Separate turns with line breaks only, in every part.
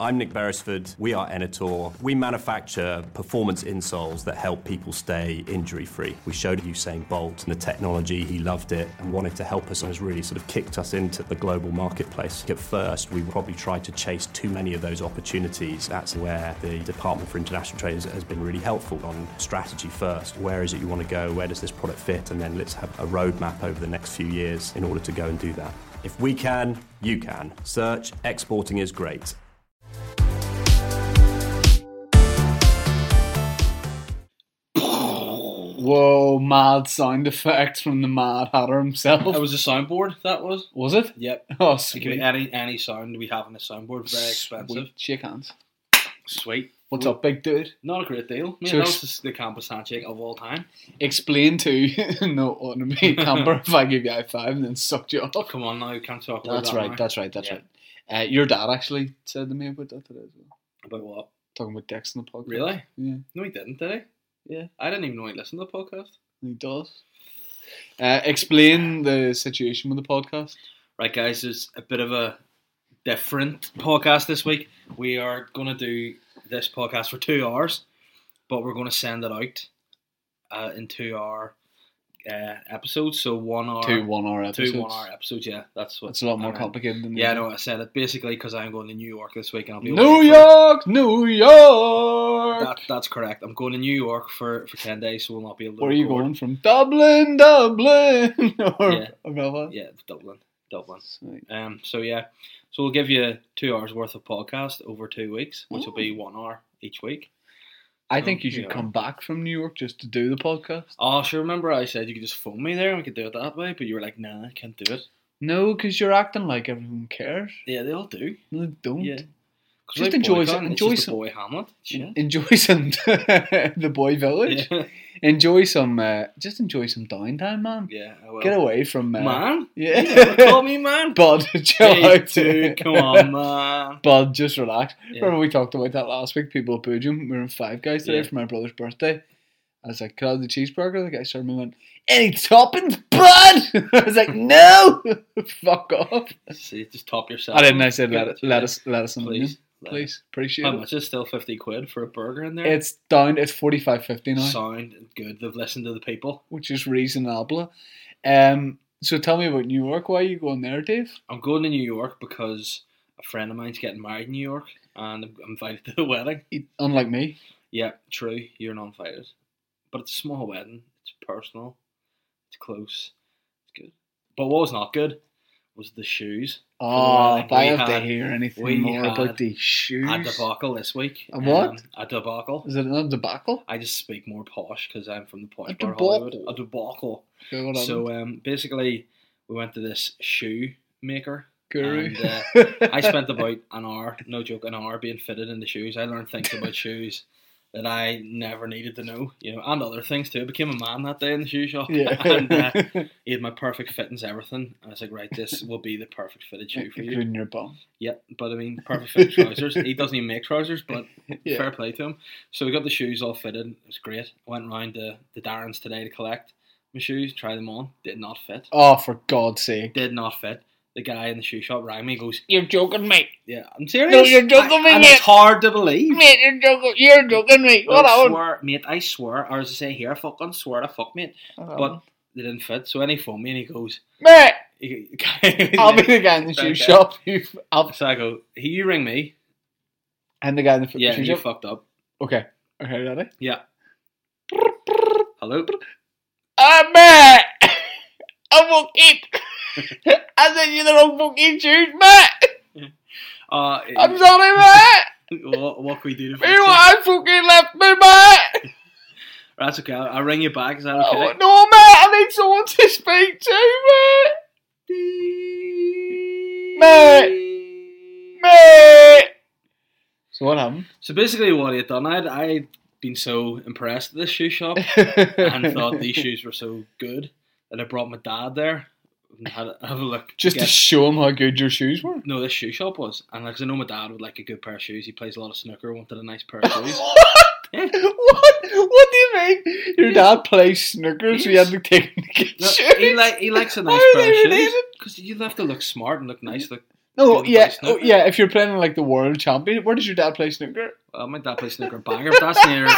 I'm Nick Beresford. We are Enator. We manufacture performance insoles that help people stay injury free. We showed Usain Bolt and the technology. He loved it and wanted to help us and has really sort of kicked us into the global marketplace. At first, we probably tried to chase too many of those opportunities. That's where the Department for International Trade has been really helpful on strategy first. Where is it you want to go? Where does this product fit? And then let's have a roadmap over the next few years in order to go and do that. If we can, you can. Search Exporting is Great.
Whoa, mad sound effects from the Mad Hatter himself.
That was a soundboard. That was.
Was it?
Yep.
Oh,
You can
sweet.
any any sound we have on a soundboard. Very expensive.
Sweet. Shake hands.
Sweet.
What's up, big dude?
Not a great deal. Man,
So
that
ex-
was just the campus handshake of all time.
Explain to no on me camper if I give you a high five and then sucked you
Oh,
off.
come on now, you can't talk about
That's
that
right,
now.
that's right, that's
Yeah.
right. Uh, your dad actually said to me about that today as well.
About what?
Talking about dicks in the podcast.
Really?
Yeah.
No, he didn't, did he?
Yeah.
I didn't even know he listened to the podcast.
He does. Uh, explain the situation with the podcast.
Right, guys, there's a bit of a different podcast this week. We are going to do this podcast for two hours, but we're going to send it out uh, in two hour uh, episodes. So one hour,
Two one hour episodes.
two one hour episodes. Yeah, that's what.
It's a lot more
I-
complicated than
Yeah, no, I said it basically because I'm going to New York this week and I'll be
New
away for-
York, New York.
That, that's correct. I'm going to New York for, for ten days, so we'll not be able. to
Where are you
record.
going from? Dublin, Dublin, or
Yeah.
or Belfast?
Yeah, Dublin, Dublin.
Sweet.
Um, so yeah, so we'll give you two hours worth of podcast over two weeks, which will be one hour each week.
I
So,
think you should
Um, yeah.
come back from New York just to do the podcast.
Oh, sure. Remember, I said you could just phone me there and we could do it that way, but you were like, "Nah, I can't do it."
No, because you're acting like everyone cares.
Yeah, they all do.
No, they don't.
Yeah, 'Cause
Just
like
enjoy
boy
some-
Con, it's
enjoy
just the
some-
boy Hamlet.
En-
Shit.
Enjoy some the boy village.
Yeah,
Enjoy some, uh, just enjoy some downtime, man.
yeah. I will.
Get away from uh,
man. Yeah,
Yeah,
call me man.
bud, chill
Hey,
out.
dude, come on, man.
bud, just relax.
Yeah.
Remember we talked about that last week. People at Boojum, we were in Five Guys today
Yeah.
for my brother's birthday. I was like, "Could I have the cheeseburger?" The guy started me went, "Any toppings, bud?" I was like, "No, fuck off."
See, just top yourself.
I didn't. I said, "Let
Good.
let us let us in
please,
please,
let us.
please, appreciate
How
it."
much is still fifty quid for a burger in there?
It's down at forty five fifty now,
sound good. They've listened to the people.
which is reasonable. Um, so tell me about New York. Why are you going there, Dave?
I'm going to New York because a friend of mine's getting married in New York, and I'm invited to the wedding.
He- E, Unlike me,
Yeah, true. You're not invited, but it's a small wedding. It's personal. It's close. It's good. But what was not good was the shoes.
oh,
like,
if I
we
have to
had-
hear
we
anything more
had
about these shoes,
A debacle this week. Um,
A what?
a debacle.
is it another debacle?
I just speak more posh because I'm from the posh
A
part of Hollywood.
debacle.
A debacle.
Go on,
So um, basically, we went to this shoe maker
Guru.
and, uh, I spent about an hour, no joke, an hour being fitted in the shoes. I learned things about shoes that I never needed to know, you know, and other things too. I became a man that day in the shoe shop.
yeah.
and uh, he had my perfect fittings, everything. I was like, right, this will be the perfect fitted shoe for you.
Including your bum.
Yep, but I mean, perfect fitted trousers. He doesn't even make trousers, but
Yeah.
fair play to him. So we got the shoes all fitted. It was great. I went round to the Darren's today to collect my shoes, try them on. Did not fit.
Oh, for God's sake.
Did not fit. The guy in the shoe shop rang me. He goes,
You're joking, mate.
yeah, I'm serious.
No, you're joking,
I- and
mate.
It's hard to believe.
Mate, you're joking. You're joking, mate.
I swear, mate, I swear. Or as I say here, I fucking swear to fuck, mate. But they didn't fit. So then he phoned me and he goes,
mate,
he-
I'll be the guy in the shoe
Okay.
shop. You, I'll,
So I go, "Hey, you ring me.
and the guy in the f-
Yeah,
shoe
you
shop.
fucked up.
okay. Okay, ready?
Yeah. Hello?
Ah, mate. I won't eat. I sent you the wrong fucking shoes, mate.
Uh,
I'm sorry, mate.
what, what can we do to fix
You
it?
I fucking left me, mate.
That's okay. I'll, I'll ring you back. Is that
Oh,
okay?
no, mate. I need someone to speak to, mate. So what happened?
So basically, what he had done, I'd, I'd been so impressed with this shoe shop. and thought these shoes were so good that I brought my dad there and had a, have a look.
just to
Guess-
show him how good your shoes were.
no, this shoe shop was, and like 'cause I know my dad would like a good pair of shoes. He plays a lot of snooker. Wanted a nice pair of shoes. Yeah.
What? What do you mean? Your
Yeah.
dad plays snooker, so you had to take him to get
No,
shoes.
he like he likes a nice
How are
pair
they
of shoes
related?
because you have to look smart and look nice, look
No,
Didn't play
yeah, oh,
snooker?
yeah. If you're playing in, like the world champion, where does your dad play snooker?
Well, uh, my dad plays snooker and banger, but that's near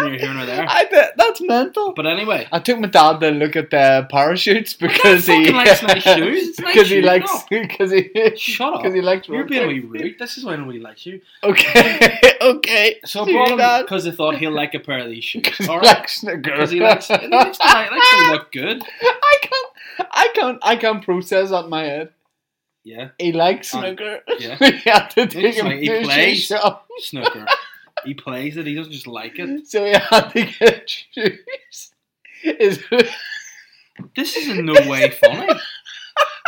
near here nor there.
I bet that's mental.
But anyway,
I took my dad to look at the parachutes because
fucking
he
likes nice shoes. It's nice
because he
shoes,
likes
no.
because he
shut up.
because he likes.
You're being a wee
rugby.
rude. This is why nobody likes you.
Okay, okay.
So I
See,
brought him
Dad?
because I thought he'll like a pair of these shoes.
Because he
Alright?
likes snooker.
Because he likes, he likes, to, like, likes to look good.
I can't. I can't. I can't process that in my head.
Yeah,
He likes
Um,
snooker.
yeah.
we had to take
It's
him
like he
to a
plays.
shoe shop,
snooker. He plays it. He doesn't just like it.
so he had to get shoes. Is
This is in no way funny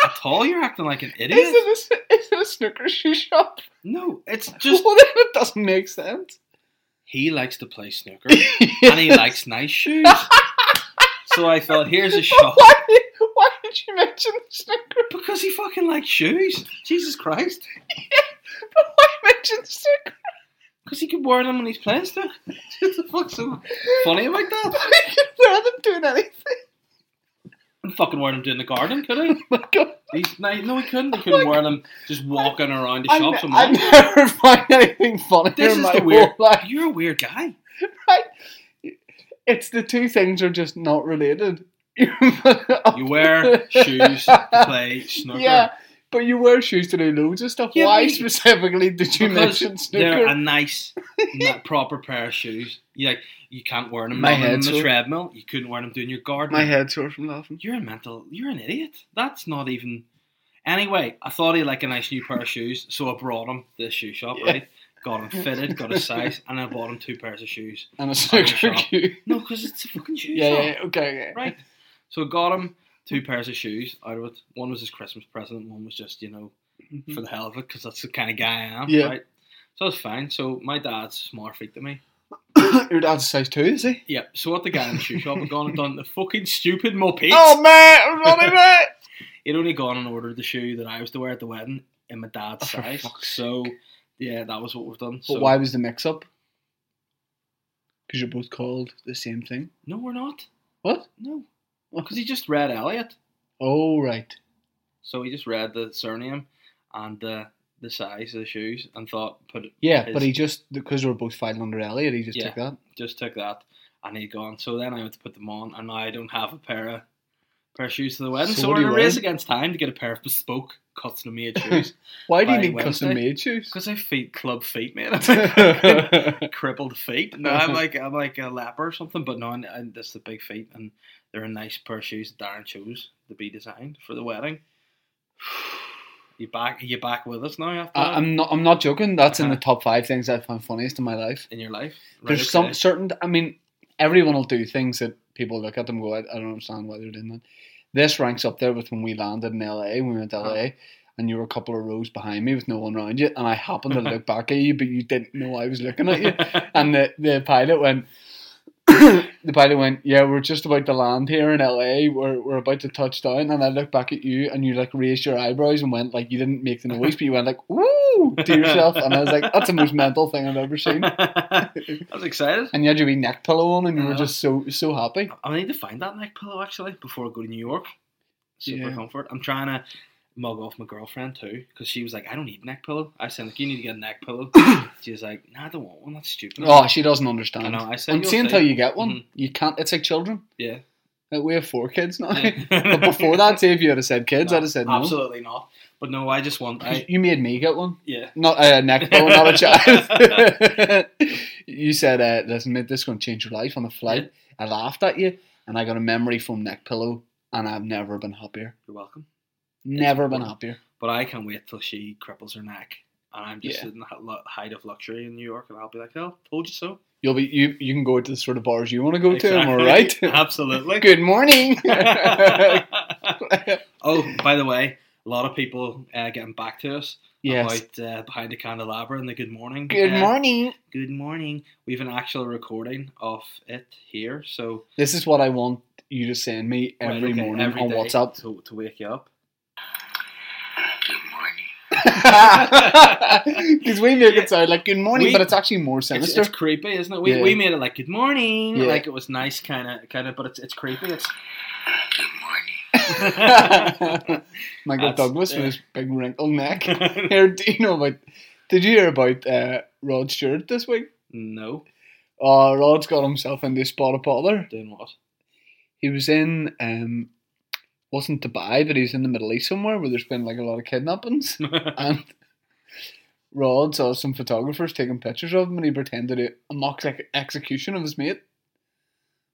at all. You're acting like an
Is
idiot.
it, a, is it a snooker shoe shop?
No, it's just
well, then it doesn't make sense.
he likes to play snooker and he likes nice shoes. So I thought, here's a shot
Why did, why did you mention snooker?
because he fucking likes shoes. Jesus Christ,
Why mention snooker?
because he can wear them when he's playing stuff. What the fuck's so funny about that?
I can wear them doing anything.
Oh I'm fucking wearing them doing the garden, could I?
My God.
These, no, no, he couldn't. He couldn't wear them just walking around the
I,
shops.
ne-
and
I
walking.
never find anything funny
This
in
is
my
the
whole
weird-
life.
You're a weird guy.
It's the two things are just not related. you
You wear shoes to play snooker.
Yeah, but you wear shoes to do loads of stuff.
Yeah,
Why
but-
specifically did you
Because
mention
They're a
snooker?
nice, n- proper pair of shoes. You like you can't wear them
My
on
head's
the
sore.
treadmill. You couldn't wear them doing your garden.
My head's sore from laughing.
You're a mental. You're an idiot. That's not even. Anyway, I thought he'd like a nice new pair of shoes, so I brought him to the shoe shop.
Yeah.
Right, got him fitted, got his size, and I bought him two pairs of shoes.
And a
Fucking
snooker
shop.
cue.
No, because it's a fucking shoe
Yeah,
shop.
yeah, yeah, okay, yeah.
Right. So I got him two pairs of shoes out of it. One was his Christmas present. One was just you know for the hell of it because that's the kind of guy I am.
Hmm. Yeah.
Right. So it's fine. So my dad's smart freak to me.
Your dad's a size two, is he?
Yeah. So what the guy in the shoe shop had gone and done the fucking stupid moped.
Oh man, running mate.
He'd only gone and ordered the shoe that I was to wear at the wedding in my dad's
Oh, for
size.
fuck's
So yeah, that was what we've done.
But
So
why was the mix up? Because you're both called the same thing.
No, we're not.
What?
No. Because he just read Elliot.
Oh right.
So he just read the surname and the the size of the shoes and thought put
Yeah,
His-
but he just because we were both fighting under Elliot, he just took that.
just took that and he'd gone. So then I had to put them on, and now I don't have a pair of pair of shoes to the wedding.
So
So,
what are
we're in a
you
race
wearing?
against time to get a pair of bespoke custom made shoes
Why do you
By
need custom
Wednesday.
made shoes?
because I feet club feet, man.
That's
crippled feet. No,
Uh-huh.
I'm like I'm like a leper or something. But no, I, I, that's the big feet, and they're a nice pair of shoes that Darren chose to be designed for the wedding. You back? You back with us now? After
I,
that?
Uh, I'm not. I'm not joking. That's in the
Uh-huh.
top five things I found funniest in my life.
in your life.
There's some certain. I mean, everyone will do things that people look at them and go, I, I don't understand why they're doing that. This ranks up there with when we landed in LA. When we went to
Uh-huh.
LA, and you were a couple of rows behind me with no one around you, and I happened to look back at you, but you didn't know I was looking at you.
some.
And the, the pilot went, the pilot went, yeah, we're just about to land here in LA. We're, we're about to touch down. And I looked back at you and you like raised your eyebrows and went like, you didn't make the noise, but you went like, ooh, to yourself. And I was like, that's the most mental thing I've ever seen.
I was excited.
And you had your wee neck pillow on and you were
Uh-huh.
just so, so happy.
I need to find that neck pillow actually before I go to New York. Super
Yeah.
comfort. I'm trying to mug off my girlfriend too because she was like, "I don't need a neck pillow." I said, "Like you need to get a neck pillow." she was like, "No, I don't want one. That's stupid."
Oh, she doesn't
I
understand.
know. I said,
And
"You'll
see
see."
until you get one,
Mhm.
you can't, it's like children.
Yeah.
Like, we have four kids now.
Yeah.
but before that, say if you had have said kids,
No,
I'd have said no.
Absolutely not. But no, I just want.
'Cause
I
You made me get one.
yeah.
Not uh, a neck pillow, not a child. you said, uh, listen, mate, this is going to change your life on the flight. I laughed at you, and I got a memory from neck pillow, and I've never been happier.
You're welcome.
Never been
important.
happier.
But I can't wait till she cripples her neck, and I'm just
Yeah.
in the hu- lo- height of luxury in New York, and I'll be like, "Oh, told you so."
You'll be you. You can go to the sort of bars you want to go to. Am I
Exactly.
right?
Absolutely.
Good morning.
oh, by the way, a lot of people uh, getting back to us
yes.
about uh, behind the candelabra and the good morning.
Good
Uh,
morning.
Good morning. We have an actual recording of it here, so
This is what I want you to send me every
Right, okay,
morning
every
on
day
WhatsApp.
to, to wake you up.
Because we make it sound like good morning,
We-
but it's actually more
It's,
sinister.
it's creepy, isn't it? We,
Yeah.
we made it like good morning,
Yeah.
like it was nice, kind of, kind of, but it's it's creepy. It's
Michael
That's-
Douglas with
yeah.
his big wrinkled neck. Here, do you know about? Did you hear about uh, Rod Stewart this week?
no,
Oh, Rod's got himself into a spot of bother.
doing what?
He was in, um, wasn't Dubai, but he's in the Middle East somewhere where there's been like a lot of kidnappings. and Rod saw some photographers taking pictures of him, and he pretended it a mock ex- execution of his mate.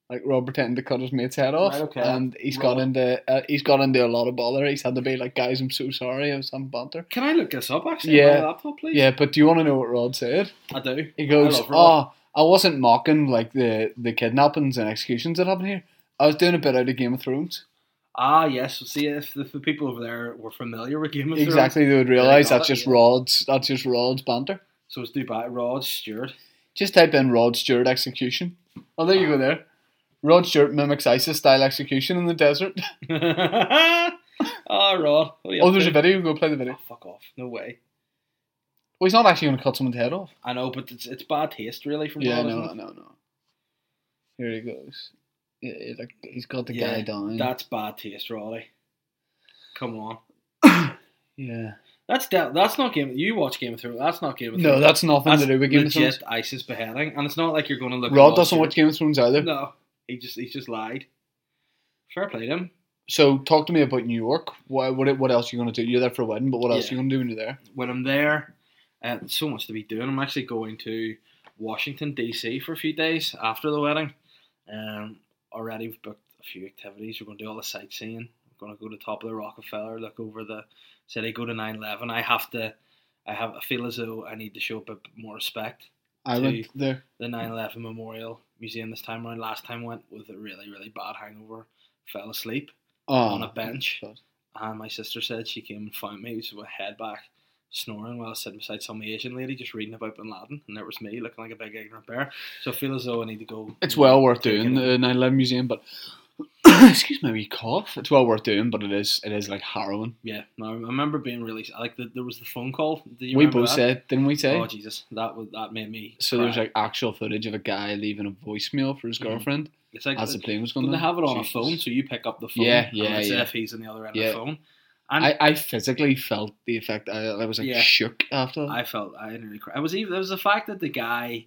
Like Rod pretended to cut his mate's head off,
Right, okay.
and he's got
Rod.
into uh, he's got into a lot of bother. He's had to be like, "Guys, I'm so sorry, I was some banter."
Can I look this up actually?
Yeah.
on my laptop, please.
Yeah, but do you want to know what Rod said?
I do.
He goes,
I love Rod.
"Oh, I wasn't mocking like the the kidnappings and executions that happen here. I was doing a bit out of Game of Thrones.
Ah, yes. See, if the, if the people over there were familiar with Game of Thrones,
exactly, they would realize
got
that's
it,
just
yeah.
Rod's that's just Rod's banter.
So it's Dubai. Rod Stewart.
Just type in Rod Stewart execution. Oh, there you go. There, Rod Stewart mimics ISIS style execution in the desert.
Ah, Rod. What are you
oh,
up
there's
to?
a video. Go play the video.
Oh, fuck off. No way.
Well, he's not actually going to cut someone's head off.
I know, but it's it's bad taste really from
Yeah,
Rod.
no,
isn't it?
no, no. Here he goes. Yeah, yeah, like he's got the
Yeah,
guy down.
That's bad taste, Roddy. Come on.
yeah.
That's de- that's not game. You watch Game of Thrones. That's not Game of
No,
Thrones.
that's nothing
That's
to do with Game of Thrones.
legit ISIS beheading, and it's not like you're going to look. at
Rod doesn't
Stewart.
watch Game of Thrones either.
No, he just he just lied. Fair play to him.
So talk to me about New York. What what, what else are you going to do? You're there for a wedding, but what else
Yeah.
are you going to do when you're there?
When I'm there, uh, so much to be doing. I'm actually going to Washington DC for a few days after the wedding. Um, already we've booked a few activities. We're going to do all the sightseeing. We're going to go to the top of the Rockefeller, look over the city, go to 9/11. I have to. I have. I feel as though I need to show a bit more respect
I
To-
went there.
the 9/11 Memorial Museum this time around. Last time went with a really really bad hangover, fell asleep
Oh,
on a bench,
God.
and my sister said she came and found me with my head back, snoring while I was sitting beside some Asian lady just reading about Bin Laden, and there was me looking like a big ignorant bear. So I feel as though I need to go.
It's well worth
Take
doing
it.
the 9/11 museum, but excuse my wee cough. It's well worth doing, but it is it is like harrowing.
Yeah, no, I remember being really I like the, there was the phone call. Do you
we
remember
both
that?
said, didn't we say?
Oh Jesus, that was that made me.
so
cry.
there's like actual footage of a guy leaving a voicemail for his
Mhm.
girlfriend
it's like
as the plane was going.
But they
down.
have it on
Jesus.
a phone, so you pick up the phone.
Yeah,
and
yeah,
it's
yeah.
If he's on the other end
Yeah.
of the phone, and
I, I physically felt the effect. I, I was like
Yeah.
shook after. That.
I felt I nearly cried. I was even there was the fact that the guy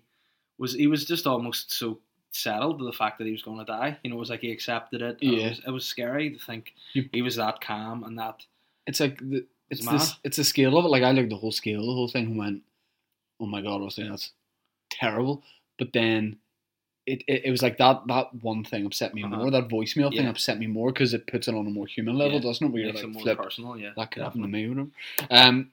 was he was just almost so settled with the fact that he was going to die. You know, it was like he accepted it. and
Yeah.
it was, it was scary to think
You-
he was that calm and that.
it's like the,
It's
it's this
mad.
it's the scale of it. Like I looked at the whole scale, of the whole thing, and went, "Oh my god, I was saying that's terrible." But then it, it, it was like that that one thing upset me
Uh-huh.
more. That voicemail thing
Yeah.
upset me more because it puts it on a more human level,
Yeah.
doesn't it? Where you're
makes it
like,
more
flip,
personal. Yeah,
that could happen to me, whatever. Um,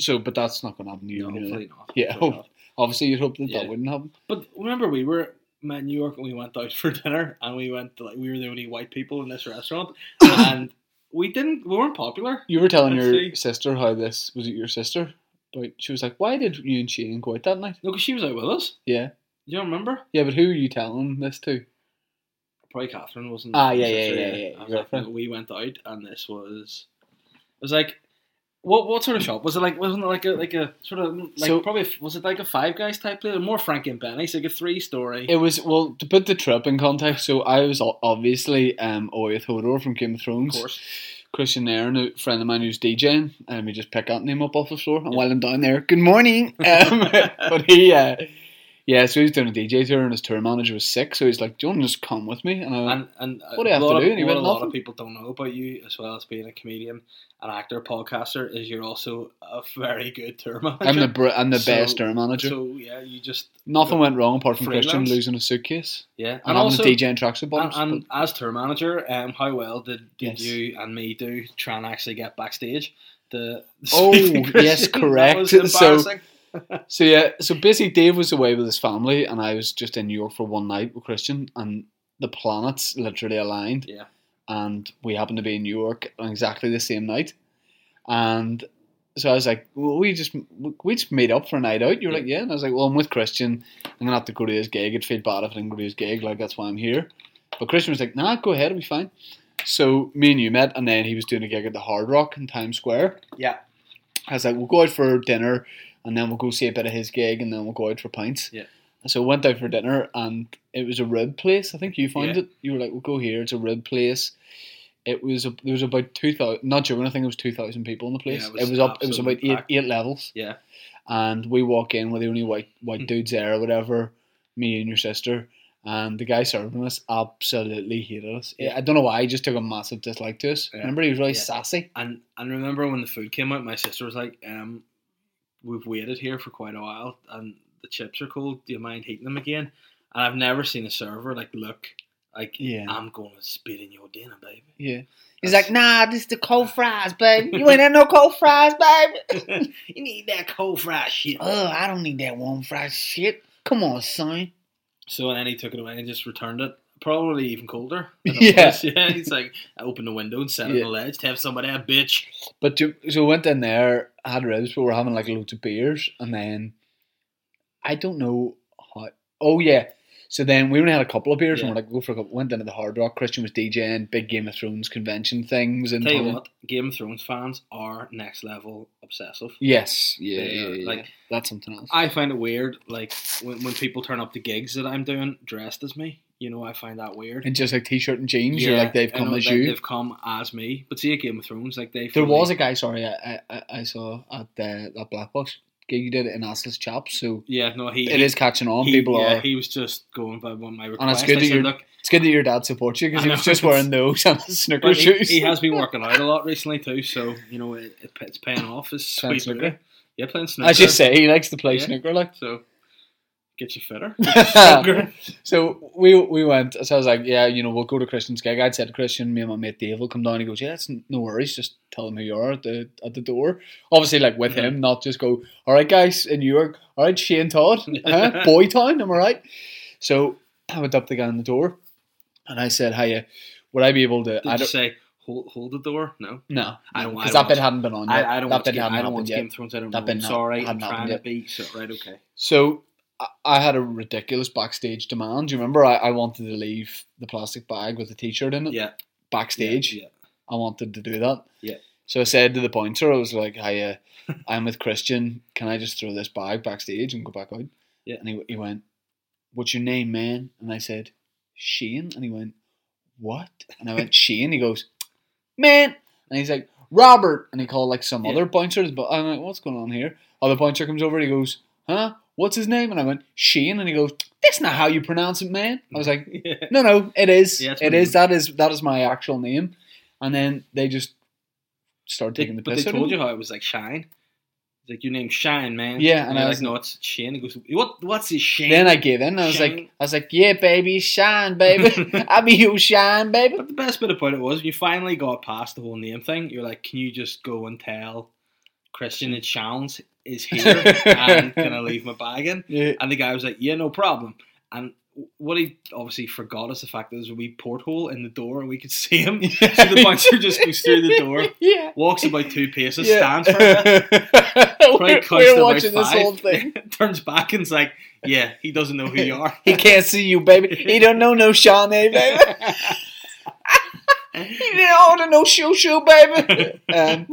so but that's not going to happen to you.
No,
really.
hopefully not.
Yeah,
Hopefully
hope-
not.
obviously you'd hope that
Yeah.
that wouldn't happen.
But remember, we were in New York and we went out for dinner, and we went to, like we were the only white people in this restaurant, and we didn't we weren't popular.
You were telling
Let's
your
see.
sister how this was it your sister, but she was like, "Why did you and Shane go out that night?"
No, because she was out with us.
Yeah,
Do you remember?
yeah, but who are you telling this to?
probably Catherine wasn't.
Ah, yeah,
was it
yeah,
three?
yeah, yeah,
I was
your
like,
friend.
no, we went out, and this was. It was like, what what sort of shop was it? Like, wasn't it like a like a sort of like
So-
probably was it like a Five Guys type place? More Frank and Benny's, like a three story.
It was well to put the trip in context. So I was o- obviously um away with Hodor from Game of
of
Thrones.
course,
Christian Nairn, a friend of mine who's DJing, and we just pick that name up off the floor. And while I'm down there, good morning. Um, but he, uh, yeah, so he's doing a DJ tour, and his tour manager was sick, so he's like, "Do you want to just come with me?" And I went,
and and
What do you have to
lot
do?
Of,
You
what
went
a lot
nothing.
of people don't know about you, as well as being a comedian, an actor, podcaster, is you're also a very good tour manager.
"I'm the br- I'm the
So-
best tour manager."
so yeah, you just
Nothing went wrong apart from Christian
Freelance.
losing his suitcase
yeah,
and, having a DJ in tracksuit
And,
bottoms.
and as tour manager, um, how well did,
Yes.
did you and me do trying to actually get backstage? The, the
Oh,
Stephen Christian?
yes,
That
correct.
was
So-
embarrassing.
but- so yeah, so basically Dave was away with his family, and I was just in New York for one night with Christian, and the planets literally aligned.
yeah,
and we happened to be in New York on exactly the same night. And so I was like, well, we just we just made up for a night out. You were like, yeah. And I was like, well, I'm with Christian. I'm gonna have to go to his gig. It'd feel bad if I didn't go to his gig. Like that's why I'm here. But Christian was like, nah, go ahead, it'll be fine. So me and you met, and then he was doing a gig at the Hard Rock in Times Square.
yeah,
I was like, we'll go out for dinner, and then we'll go see a bit of his gig, and then we'll go out for pints.
Yeah.
So we went out for dinner, and it was a rib place. I think you found
Yeah.
it. You were like, we'll go here. It's a rib place. It was a, there was about two thousand. Not joking, I think it was two thousand people in the place.
Yeah,
it
it
was,
was
up. It was about
absolutely
eight,
packed.
eight levels,
Yeah. Hmm.
and we walk in. We're the only white white dudes there or whatever. Me and your sister, and the guy serving us absolutely hated us. I- I don't know why. He just took a massive dislike to us.
Yeah.
Remember, he was really
Yeah.
sassy.
And and remember when the food came out, my sister was like, um, "We've waited here for quite a while, and the chips are cold. Do you mind heating them again?" And I've never seen a server like look like
Yeah.
I'm going to spit in your dinner, baby.
Yeah. He's
That's-
like, nah, this is the cold fries, babe. You ain't had no cold fries, babe.
you need that cold fried shit.
Oh, I don't need that warm fried shit. Come on, son.
So and then he took it away and just returned it. Probably even colder. than it
Yeah.
was. yeah. He's like, I opened the window and sat on
Yeah.
the ledge to have somebody a bitch.
But to, so we went in there, had ribs, but we were having like loads of beers, and then I don't know how. Oh yeah. So then we only had a couple of beers, and
Yeah.
we're like, go for a couple. Went down to the Hard Rock. Christian was DJing big Game of Thrones convention things, and
Tell you what, Game of Thrones fans are next level obsessive.
Yes, yeah,
They
yeah,
are,
yeah.
like-
that's something else.
I find it weird, like when, when people turn up to gigs that I'm doing dressed as me. You know, I find that weird.
and just like t-shirt and jeans, you're
Yeah,
like they've
I
come
know
as
that
you.
They've come as me. But see, at Game of Thrones, like they.
There
fully-
was a guy, sorry, I, I, I saw at uh, that Black Box gig you did it in Assless Chaps, so
Yeah, no, he.
it is catching on.
He,
People
yeah,
are.
he was just going by what my request.
And it's good
I
that
said,
you're-
"Look,
it's good that your dad supports you because
I
he
know,
was just
it's-
wearing those and his snooker
But he,
shoes.
he has been working out a lot recently too, so you know it, it, it's paying off. It's
Playing
sweet.
snooker.
Snooker. Yeah, playing snooker.
As you say, he likes to play
uh, Yeah.
snooker like.
so get you fitter. Snooker.
so we we went. So I was like, yeah, you know, we'll go to Christian's gig. I'd said to Christian, me and my mate Dave will come down. He goes, yeah, it's n- no worries. Just tell him who you are at the at the door. Obviously, like with him, not just go. All right, guys in New York. All right, Shane Todd, huh? Boy Town. Am I right? So I went up to the guy on the door, and I said, hiya. Would I be able to? I
Did you
don't,
say hold hold the door? No,
no,
I don't- I
because
don't
that bit
watch-
hadn't been on. Yet.
I, I don't.
That
watch
bit
Game,
hadn't
I don't
happened
watch
yet.
Game of Thrones. I don't
That
know.
been
I'm
not-
sorry, I'm
hadn't
trying
happened
to
yet.
be so, right. Okay.
So I- I had a ridiculous backstage demand. Do you remember? I, I wanted to leave the plastic bag with the t-shirt in it
Yeah.
backstage.
Yeah.
I wanted to do that.
Yeah.
So I said to the pointer, I was like, "Hi, uh, I'm with Christian. Can I just throw this bag backstage and go back out?"
Yeah.
And he, he went, "What's your name, man?" And I said, "Shane." And he went, "What?" And I went, "Shane." He goes, "Man." And he's like, "Robert." And he called like some
Yeah.
other pointers, but I'm like, "What's going on here?" Other pointer comes over. and He goes, "Huh? What's his name?" And I went, "Shane." And he goes, "That's not how you pronounce it, man." I was like,
Yeah. yeah.
no, no, it is.
Yeah,
it
it's
is.
my name.
That is that is my actual name. And then they just started
They,
taking the
but they
piss out of
told
me.
you how it was like Shine. It's like your name's Shine, man.
Yeah, and
you're
I
like,
was-
no, it's Shane. He goes, what? What's his Shane?
Then I gave in. I was
Shine.
like, I was like, yeah, baby, shine, baby. I be you, shine, baby.
But the best bit about it was when you finally got past the whole name thing, you're like, can you just go and tell Christian and Shans is here and can I leave my bag in?
Yeah.
And the guy was like, yeah, no problem. And what he obviously forgot is the fact that there's a wee porthole in the door and we could see him. So the bouncer just goes through the door,
yeah.
walks about two paces,
yeah.
stands for a bit, probably
we're
counts to
we're
about
watching this
five,
whole thing.
turns back and's like, yeah, he doesn't know who you are.
He can't see you, baby. He don't know no Shane, baby. You know, the no shoe shoe, baby. um,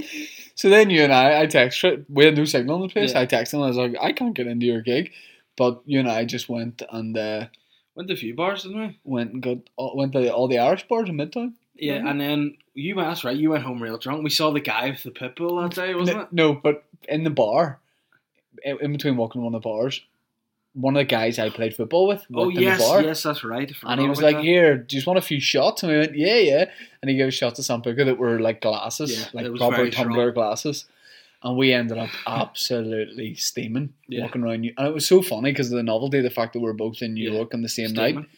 so then you and I, I text. We had no signal in the place.
Yeah.
I texted him. I was like, I can't get into your gig, but you and I just went and uh,
Went to a few bars, didn't we?
went and got all, went to all the Irish bars in Midtown.
Yeah,
Mhm.
and then you that's right. You went home real drunk. We saw the guy with the pit bull that day, wasn't
no,
it?
no, but in the bar, in in between walking to one of the bars, one of the guys I played football with
Oh
worked in
yes,
the bar.
yes, that's right. I forgot
And he was
about
like,
that.
"Here, do you just want a few shots?" And we went, "Yeah, yeah." And he gave us shots to some booker that were like glasses,
Yeah,
like
it was
proper
very
tumbler glasses. And we ended up absolutely steaming,
Yeah.
walking around. New- And it was so funny because of the novelty, the fact that we were both in New
Yeah,
York on the same night.
Statement.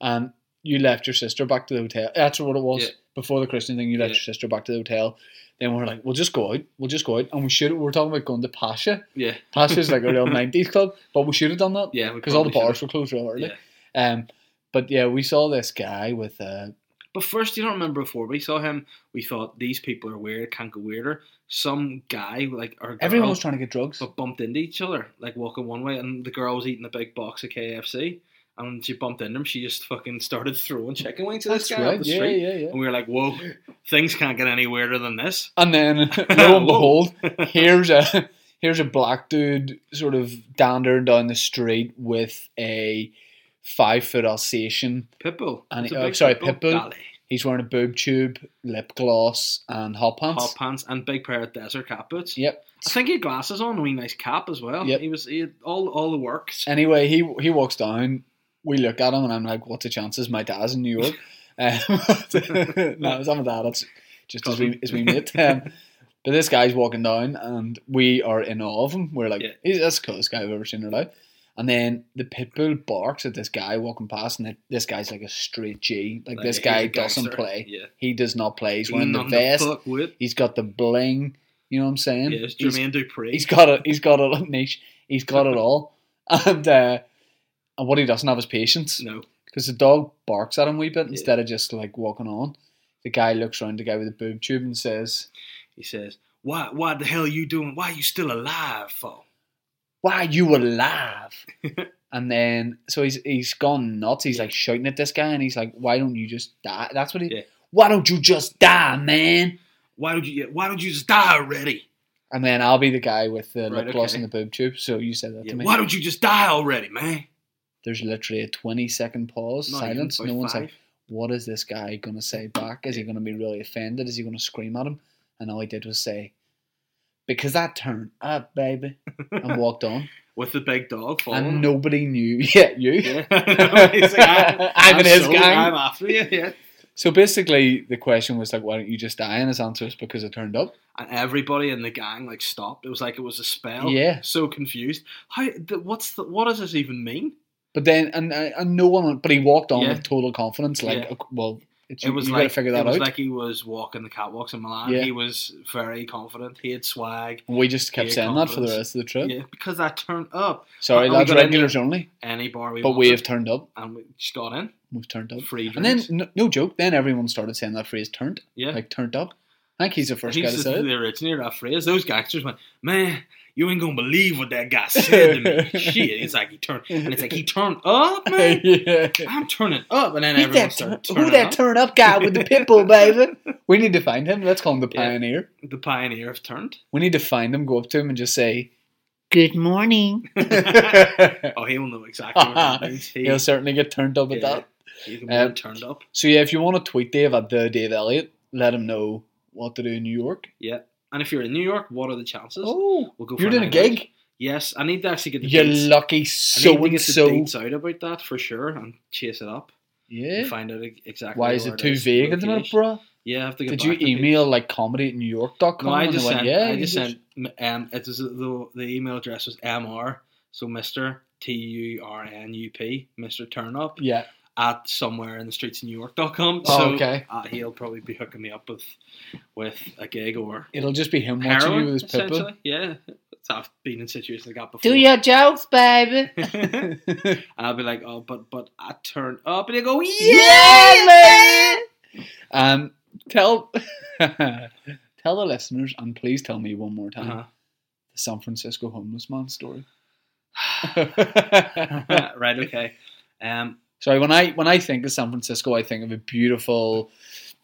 And you left your sister back to the hotel. That's what it was
Yeah.
before the Christian thing. You left
Yeah.
your sister back to the hotel. Then we are like, "We'll just go out. We'll just go out." And we should. We were talking about going to Pasha.
Yeah,
Pasha's like a real '90s club, but we should have done that
yeah, we
because all the
probably
bars
should've-
were closed real early.
Yeah.
Um, but yeah, we saw this guy with uh,
But first, you don't remember before we saw him. We thought these people are weird, can't go weirder. Some guy like or girl,
everyone was trying to get drugs.
but bumped into each other, like walking one way, and the girl was eating a big box of KFC, and when she bumped into him. She just fucking started throwing chicken wings at this guy up the
yeah,
street,
yeah, yeah.
and we were like, "Whoa, things can't get any weirder than this."
And then lo and
Whoa.
behold, here's a here's a black dude sort of dandering down the street with a five foot Alsatian
Pitbull.
and
It's
he-
a
oh,
big
sorry, Pitbull.
Dally.
He's wearing a boob tube, lip gloss, and hot pants.
hot pants, and big pair of desert cat boots.
Yep.
I think he had glasses on, a wee nice cap as well.
Yep.
He was he had all all the works.
Anyway, he he walks down. We look at him, and I'm like, "What's the chances? My dad's in New York." Um, no, it's not my dad. It's just as we
Cousin.
as we meet. Um, but this guy's walking down, and we are in awe of him. We're like,
Yeah.
"He's that's the coolest guy I've ever seen in my life." And then the pit bull barks at this guy walking past, and this guy's like a straight G. Like,
Like,
this
he's
guy
a gangster.
doesn't play.
Yeah.
He does not play. He's wearing the
None
vest.
fuck would.
He's got the bling. You know what I'm saying?
Yeah, it's
He's-
Jermaine Dupri.
He's got it. He's got it. Niche. He's got it all. And uh, and what he doesn't have is patience
no.
because the dog barks at him a wee bit
Yeah.
instead of just like walking on. The guy looks round the guy with the boob tube and says,
He says, "Why? Why the hell are you doing? Why are you still alive for?"
"Why you alive?" and then so he's he's gone nuts. He's like shouting at this guy and he's like, "Why don't you just die?" That's what he.
Yeah.
Why don't you just die, man?
Why don't you? Why don't you just die already?
And then I'll be the guy with the
Right,
lip gloss
okay.
and the boob tube. So you said that
Yeah,
to me.
Why don't you just die already, man?
There's literally a 20 second pause,
Not even
silence.
by
No one's like,
five.
what is this guy going to say back? Is he going to be really offended? Is he going to scream at him? And all he did was say, because I turned up, baby, and walked on.
with the big dog following.
and
him.
nobody knew. Yeah, you.
Yeah. He's like, "I-
I'm in his
sold,
gang."
I'm after you. Yeah.
So basically, the question was like, why don't you just die? And his answer was because I turned up.
And everybody in the gang like stopped. It was like it was a spell.
Yeah.
So confused. How? Th- what's the? What does this even mean?
But then, and uh, and no one, but he walked on
Yeah.
with total confidence. Like,
Yeah.
"Ok, well, it's,
It was
you
like
gotta figure that
it was
out.
like he was walking the catwalks in Milan.
Yeah.
He was very confident. He had swag.
and we just kept
Yeah,
saying that for the
confidence.
rest of the trip.
Yeah. Because I turned up
Sorry,
And we
lads,
got in
regulars only,
any bar we
but
wanted,
we have turned up.
and we just got in
We've turned up.
free
And then,
drinks.
no, no joke, then everyone started saying that phrase turned,
yeah.
like turned up. I think he's the first guy
He's
to
the,
say it.
the originator of that phrase. Those gangsters went, man, you ain't gonna believe what that guy said to me. Shit, it's like he turned, and it's like he turned up, man.
yeah.
I'm turning up, and then
Who
everyone
that,
started
turn,
turning
who that
up.
turn up guy with the pit bull, baby? We need to find him. Let's call him the
Yeah.
pioneer.
the pioneer have turned.
We need to find him, go up to him, and just say,
Good morning.
oh,
he'll
he'll know exactly what that means. He,
certainly get turned up at
Yeah.
that.
he's the
um,
one turned up.
So, yeah, if you want to tweet Dave at the Dave Elliott, let him know what to do in New York.
Yeah. And if you're in New York, what are the chances?
Oh,
We'll go for
you're doing a
night out.
gig?
Yes, I need to actually get the
You're
dates.
lucky
I need
so
to
and
get the
so.
dates out about that for sure and chase it up and
Yeah.
find out e- exactly.
Why is
where
it too
is,
vague at the minute,
location.
bruh?
Yeah, I have to get
Did
back
you
to people.
email like comedy at newyork.com?
No, I
and they
just
went,
sent.
yeah,
I
you
just
did."
sent. Um, it was the the email address was mr. So Mister T U R N U P Mister Turnup
Yeah.
at somewhere in the streets of New York.com.
Oh,
so
okay.
uh, he'll probably be hooking me up with with a gig or
It'll just be him watching you
heroin.
with his pit bull.
Essentially, yeah. I've been in situations like that before.
Do your jokes, baby.
and I'll be like, oh, but but I turn up, and they go, yeah.
Yeah,
Um, tell tell the listeners, and please tell me one more time,
Uh-huh.
the San Francisco homeless man story.
Uh-huh. right, okay. Um,
Sorry, when I when I think of San Francisco, I think of a beautiful,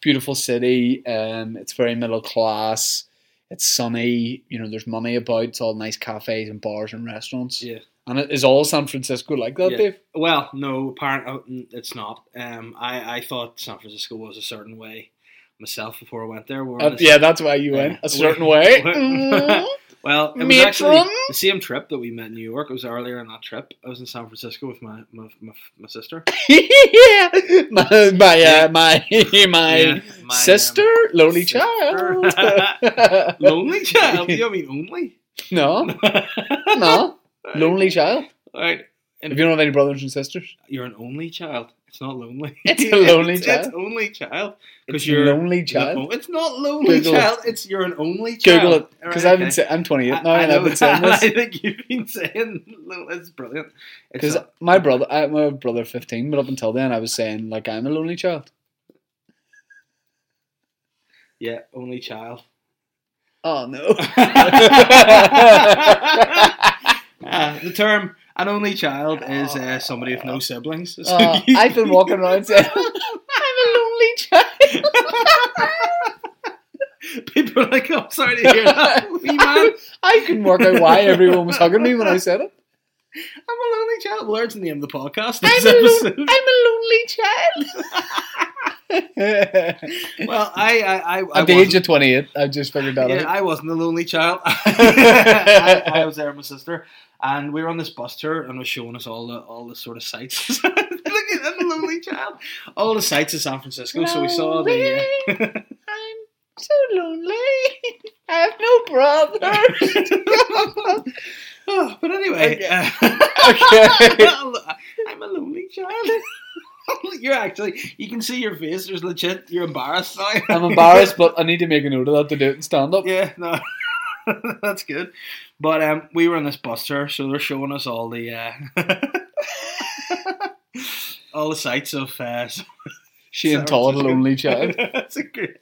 beautiful city. Um, it's very middle class. It's sunny. You know, there's money about. It's all nice cafes and bars and restaurants.
Yeah.
And it is all San Francisco like that,
Yeah.
Dave?
Well, no, apparently it's not. Um, I, I thought San Francisco was a certain way myself before I went there. We're
Uh,
on a-
yeah, Mm. that's why you went
Yeah.
a certain way.
baby.
Well, it was
Matron?
actually the same trip that we met in New York. It was earlier in that trip. I was in San Francisco with my my, my, my sister.
my my uh,
Yeah.
my my
Yeah, my, um,
sister, lonely
sister.
child.
lonely child. You know what I mean only?
no, no, lonely child.
All right.
If you don't have any brothers and sisters,
You're an only child. It's not lonely.
It's a lonely
It's-
child.
It's only child.
it's
Because
you
you're
lonely
No,
child.
it's not lonely
Google it.
child. It's you're an only child.
Google it
All
because
right,
I've been
okay.
sa- I'm 28 now
I- I
and I've
know
been saying
that.
this
I think you've been saying little- it's brilliant. It's
because
not-
my brother I, my brother 15, but up until then I was saying like I'm a lonely child.
yeah, only child.
Oh no.
Uh, the term an only child is uh, somebody with no siblings. So
Uh,
you-
I've been walking around saying
I'm a lonely child.
people are like, I'm sorry to hear that, wee man.
I couldn't work out why everyone was hugging me when I said it.
I'm a lonely child. Well, there's the name of the podcast.
I'm
This
a, lon-
episode.
I'm a lonely child.
Well, I, I, I, I
At the age of
wasn't-
28, I just figured that
yeah,
out.
I wasn't a lonely child. I, I was there with my sister, and we were on this bus tour, and it was showing us all the all the sort of sights. Look at that lonely child! All the sights of San Francisco.
Oh,
So we saw the. Uh,
Lonely. I'm so lonely. I have no brother.
Oh, but anyway, uh,
Okay.
I'm a lonely child. You're actually, you can see your face. There's legit. You're embarrassed now.
I'm embarrassed, but I need to make a note of that to do it in stand up.
Yeah, no, that's good. But um, we were in this bus tour, so they're showing us all the uh, all the sights of uh,
She and
San
Todd,
Francisco.
lonely child.
that's a good.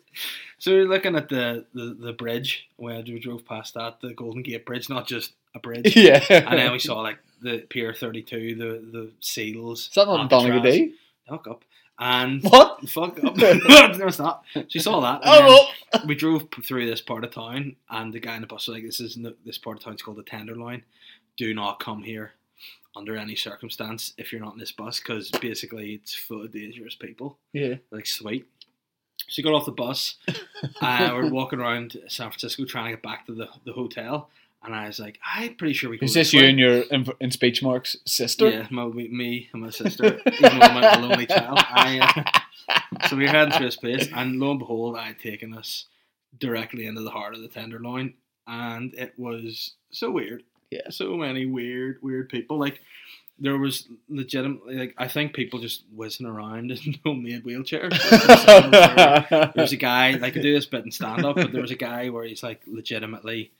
So we're looking at the the, the bridge when we drove past that, the Golden Gate Bridge, not just a bridge.
Yeah.
and then we saw like the Pier Thirty Two, the the seals.
Is that not Donegal
Alcatraz.
Day?
Fuck up and.
What?
Fuck up! no, it's not. She saw that. and then-
Oh,
we drove p- through this part of town, and the guy in the bus was like, "This is no, this part of town's called the Tenderloin. Do not come here under any circumstance if you're not in this bus, because basically it's full of dangerous people."
Yeah.
Like sweet. So we got off the bus, and we're walking around San Francisco trying to get back to the, the hotel. And I was like, I'm pretty sure we go
Is this you
way."
and your in, in speech marks sister?
Yeah, my, me- me and my sister, even though I'm a lonely child. I, uh, so we were heading to this place, and lo and behold, I had taken us directly into the heart of the tenderloin, and it was so weird.
Yeah.
so many weird, weird people. Like there was legitimately, like I think people just whizzing around in homemade wheelchairs. There was a guy like I do this bit in stand up, but there was a guy where he's like legitimately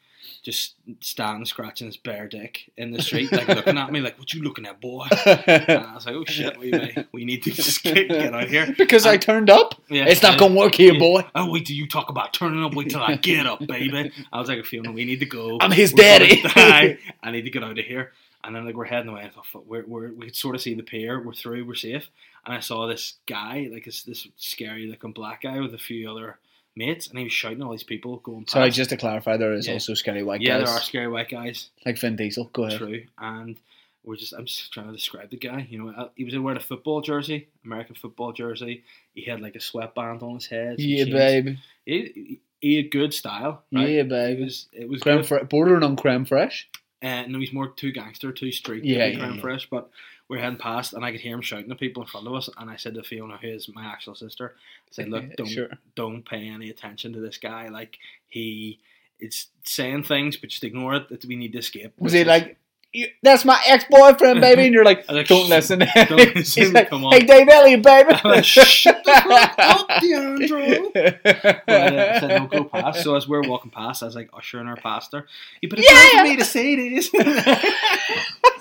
just standing scratching his bare dick in the street, like looking at me like, "What you looking at, boy?" And I was like, "Oh shit, we may, we need to just get, get out of here."
because I turned up.
Yeah,
It's not
and-
going to work here,
Yeah.
boy.
Oh wait, do you talk about turning up? Wait till I get up, baby. I was like, "Fiona, we need to go.
I'm his
We're gonna
daddy."
die. I need to get out of here." And then like we're heading away. I thought, "Fuck, we're, we're, we could sort of see the pier. We're through. We're safe." And I saw this guy, like this this scary looking black guy with a few other mates, and he was shouting at all these people going. Past.
Sorry, just to clarify, there is
Yeah.
also scary white
yeah,
guys
there are scary white guys.
like Vin Diesel. Go ahead.
True, and we're just I'm just trying to describe the guy. You know, uh, he was wearing a football jersey, American football jersey. He had like a sweatband on his head. some
Yeah,
chains.
babe.
He, he had good style. Right?
Yeah,
It
babe.
was it was
Creme
good.
fre- bordering on creme fresh.
Uh, no, he's more too gangster, too street,
Yeah,
yeah,
yeah,
creme
yeah.
fresh. But we're heading past, and I could hear him shouting at people in front of us. And I said to Fiona, who is my actual sister, I said, "Look, don't
Sure.
don't pay any attention to this guy. Like he." It's saying things, but just ignore it. That we need to escape.
Was he like, "You- that's my ex boyfriend, baby? And you're like,
I was like,
don't
"Shh,
listen.
don't
He's
listen,
like,
come on."
Hey, Dave Elliott, baby.
I'm like, "Shut the fuck up, Deandro." But, uh, I said, no, go past. So as we're walking past, I was like ushering her past her. You put it yeah.
Yeah.
for me to say this.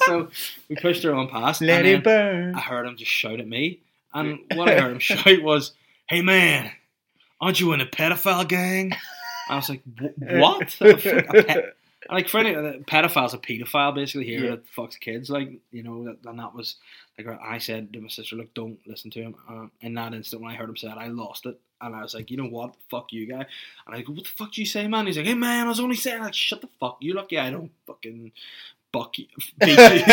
so we pushed her on past.
Let
and
it
then
burn.
I heard him just shout at me. And what I heard him shout was, hey man, aren't you in a pedophile gang? I was like, "Wh- what? A pe- and, like for any a pedophile's a pedophile basically here
Yeah.
that fucks kids like you know that, and that was like I said to my sister look don't listen to him uh, in that instant when I heard him say it I lost it and I was like you know what fuck you guy and I go what the fuck do you say man he's like hey man I was only saying like shut the fuck you lucky I don't fucking buck you beat you kick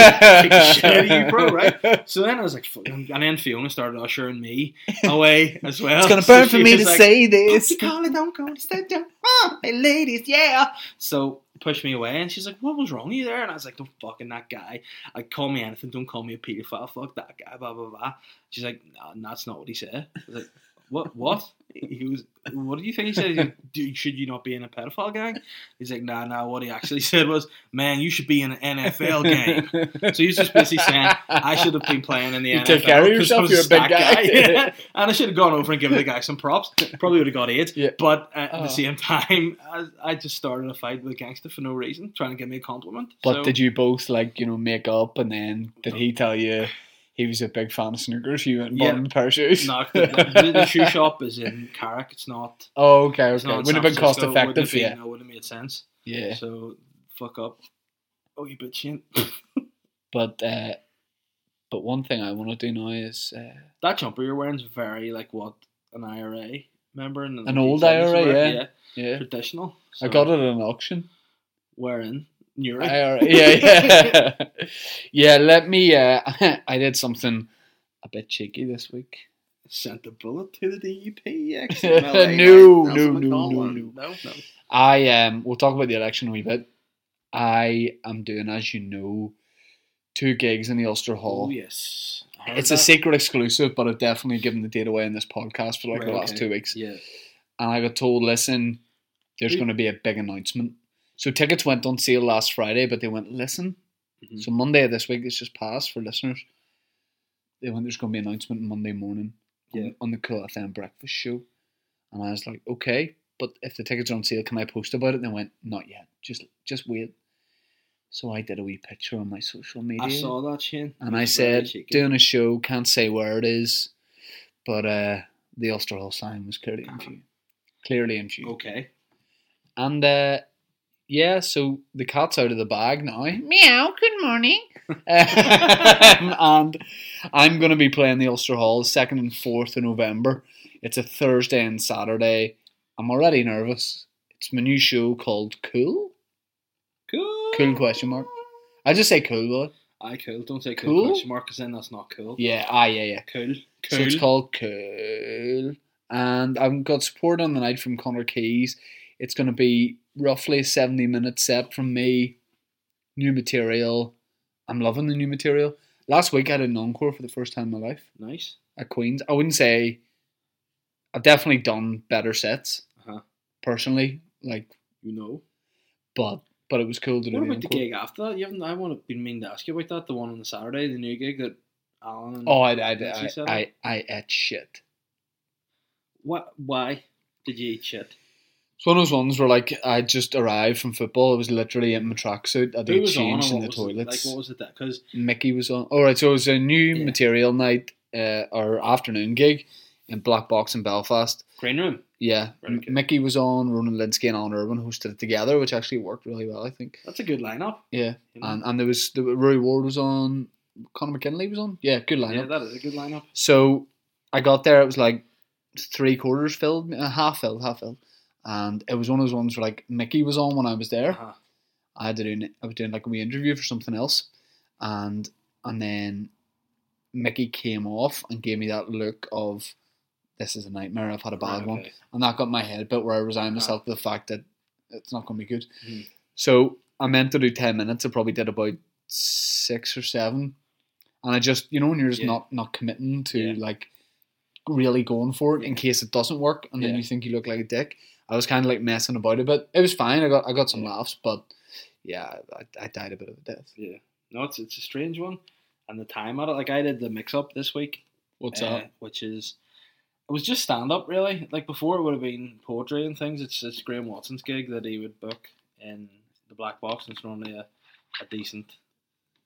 the shit out of you bro right so then I was like fuck and then Fiona started ushering me away as well
It's gonna
So
burn for
she
me
was
to
like,
say
it's
this.
Colin, don't go to stand up. Oh, my ladies, yeah. So pushed me away, and she's like, "What was wrong with you there?" And I was like, "Don't fucking that guy. Like, call me anything. Don't call me a pedophile. Fuck that guy." Blah blah blah. She's like, "Nah, "That's not what he said." I was like, "What? What?" He was. What do you think he said? He's like, "Do- should you not be in a pedophile gang? He's like, "Nah, nah." What he actually said was, "Man, you should be in an NFL gang." So he was just basically saying, I should have been playing in the
You
NFL.
took care of
'cause
yourself,
I was
you're a big
stack
guy.
Yeah. and I should have gone over and given the guy some props. Probably would have got AIDS.
Yeah.
But at
Oh.
the same time, I, I just started a fight with a gangster for no reason, trying to give me a compliment.
But
so,
did you both like you know make up, and then did he tell you he was a big fan of sneakers? You went and bought
Yeah.
him a pair of shoes.
No, the, the- the shoe shop is in Carrick. It's not.
Oh, okay,
It's
okay.
not in
Wouldn't have
San
been cost
Francisco, wouldn't
effective.
have
Yeah,
been- It wouldn't have made sense.
yeah.
So fuck up. Oh, you bitch! you.
But uh, but one thing I want to do now is uh,
That jumper you're wearing is very like what an IRA member in the
An old
1970s
IRA,
wear.
yeah. yeah.
traditional.
I
So
got it at an auction.
We're in Europe.
I, alre- yeah, yeah, yeah. Let me. Uh, I did something a bit cheeky this week.
Sent the bullet to the E DUP.
No,
ex-MLA,
no,
Nelson
no, no,
McDonald. no, no.
I um we'll talk about the election a wee bit. I am doing, as you know, two gigs in the Ulster Hall.
Oh yes, I heard
It's a
that.
secret exclusive, but I've definitely given the date away in this podcast for like the
Right,
last
okay.
two weeks.
Yeah,
And I got told, listen, there's
Mm.
going to be a big announcement. So tickets went on sale last Friday, but they went, listen.
Mhm.
So Monday of this week, it's just passed for listeners. They went, there's going to be an announcement Monday morning on-
Yeah.
on the Clothan Breakfast Show. And I was like, okay, but if the tickets are on sale, can I post about it? And they went, not yet. Just just wait. So I did a wee picture on my social media.
I saw that Shane.
And
It
I
was very
said,
cheeky.
doing a show, can't say where it is, but uh, the Ulster Hall sign was clearly in view. Clearly in view.
okay,
And uh, yeah, so the cat's out of the bag now.
Meow, good morning.
Um, and I'm going to be playing the Ulster Hall 2nd and 4th of November. It's a Thursday and Saturday. I'm already nervous. It's my new show called Cool?
cool.
Cool question mark. I just say cool, will I?
I cool. Don't say cool,
Cool?
question mark because then that's not cool.
Yeah, ah, yeah, yeah.
Cool. Cool.
So it's called Cool. And I've got support on the night from Connor Keys. It's going to be roughly a 70 minute set from me. New material. I'm loving the new material. Last week I had an encore for the first time in my life
nice.
at Queen's. I wouldn't say I've definitely done better sets
Uh-huh.
personally, like,
You know.
but but it was cool to do the
What about the
encore.
gig after that? You haven't. I want to been meaning to ask you about that. The one on the Saturday, the new gig that Alan. And
Oh, I, I,
Did
I,
you say that?
I, I ate shit.
What? Why did you eat shit?
It's one of those ones where like I just arrived from football. I was literally in my tracksuit. I
Who
did
was on and
change in
what
the
was it-
toilets.
like what was it that? Because
Mickey was on. All right, so it was a new
Yeah.
material night uh, or afternoon gig in Black Box in Belfast.
green room.
Yeah,
Right,
M-
okay.
Mickey was on. Ronan Linsky and Alan Irwin hosted it together, which actually worked really well, I think.
That's a good lineup.
Yeah,
you know?
and and there was the Rory Ward was on. Conor McKinley was on. Yeah, good lineup.
yeah, that is a good lineup.
So I got there. It was like three quarters filled, uh, half filled, half filled, and it was one of those ones where like Mickey was on when I was there.
Uh-huh.
I had to do. I was doing like a wee interview for something else, and and then Mickey came off and gave me that look of, "This is a nightmare. I've had a bad
Right,
one,"
okay.
and that got my head a bit where I resigned
Ah.
myself to the fact that it's not going to be good.
Mhm.
So I meant to do ten minutes. I probably did about six or seven, and I just you know when you're just
Yeah.
not not committing to
Yeah.
like really going for it in
Yeah.
case it doesn't work, and then
Yeah.
you think you look like a dick. I was kind of like messing about a bit. It was fine. I got I got some laughs, but yeah, I, I died a bit of a death.
Yeah. No, it's it's a strange one, and the time at it. Like I did the mix up this week.
What's
uh,
up?
Which is, it was just stand up really. Like before, it would have been poetry and things. It's it's Graham Watson's gig that he would book in the Black Box, and it's normally a, a decent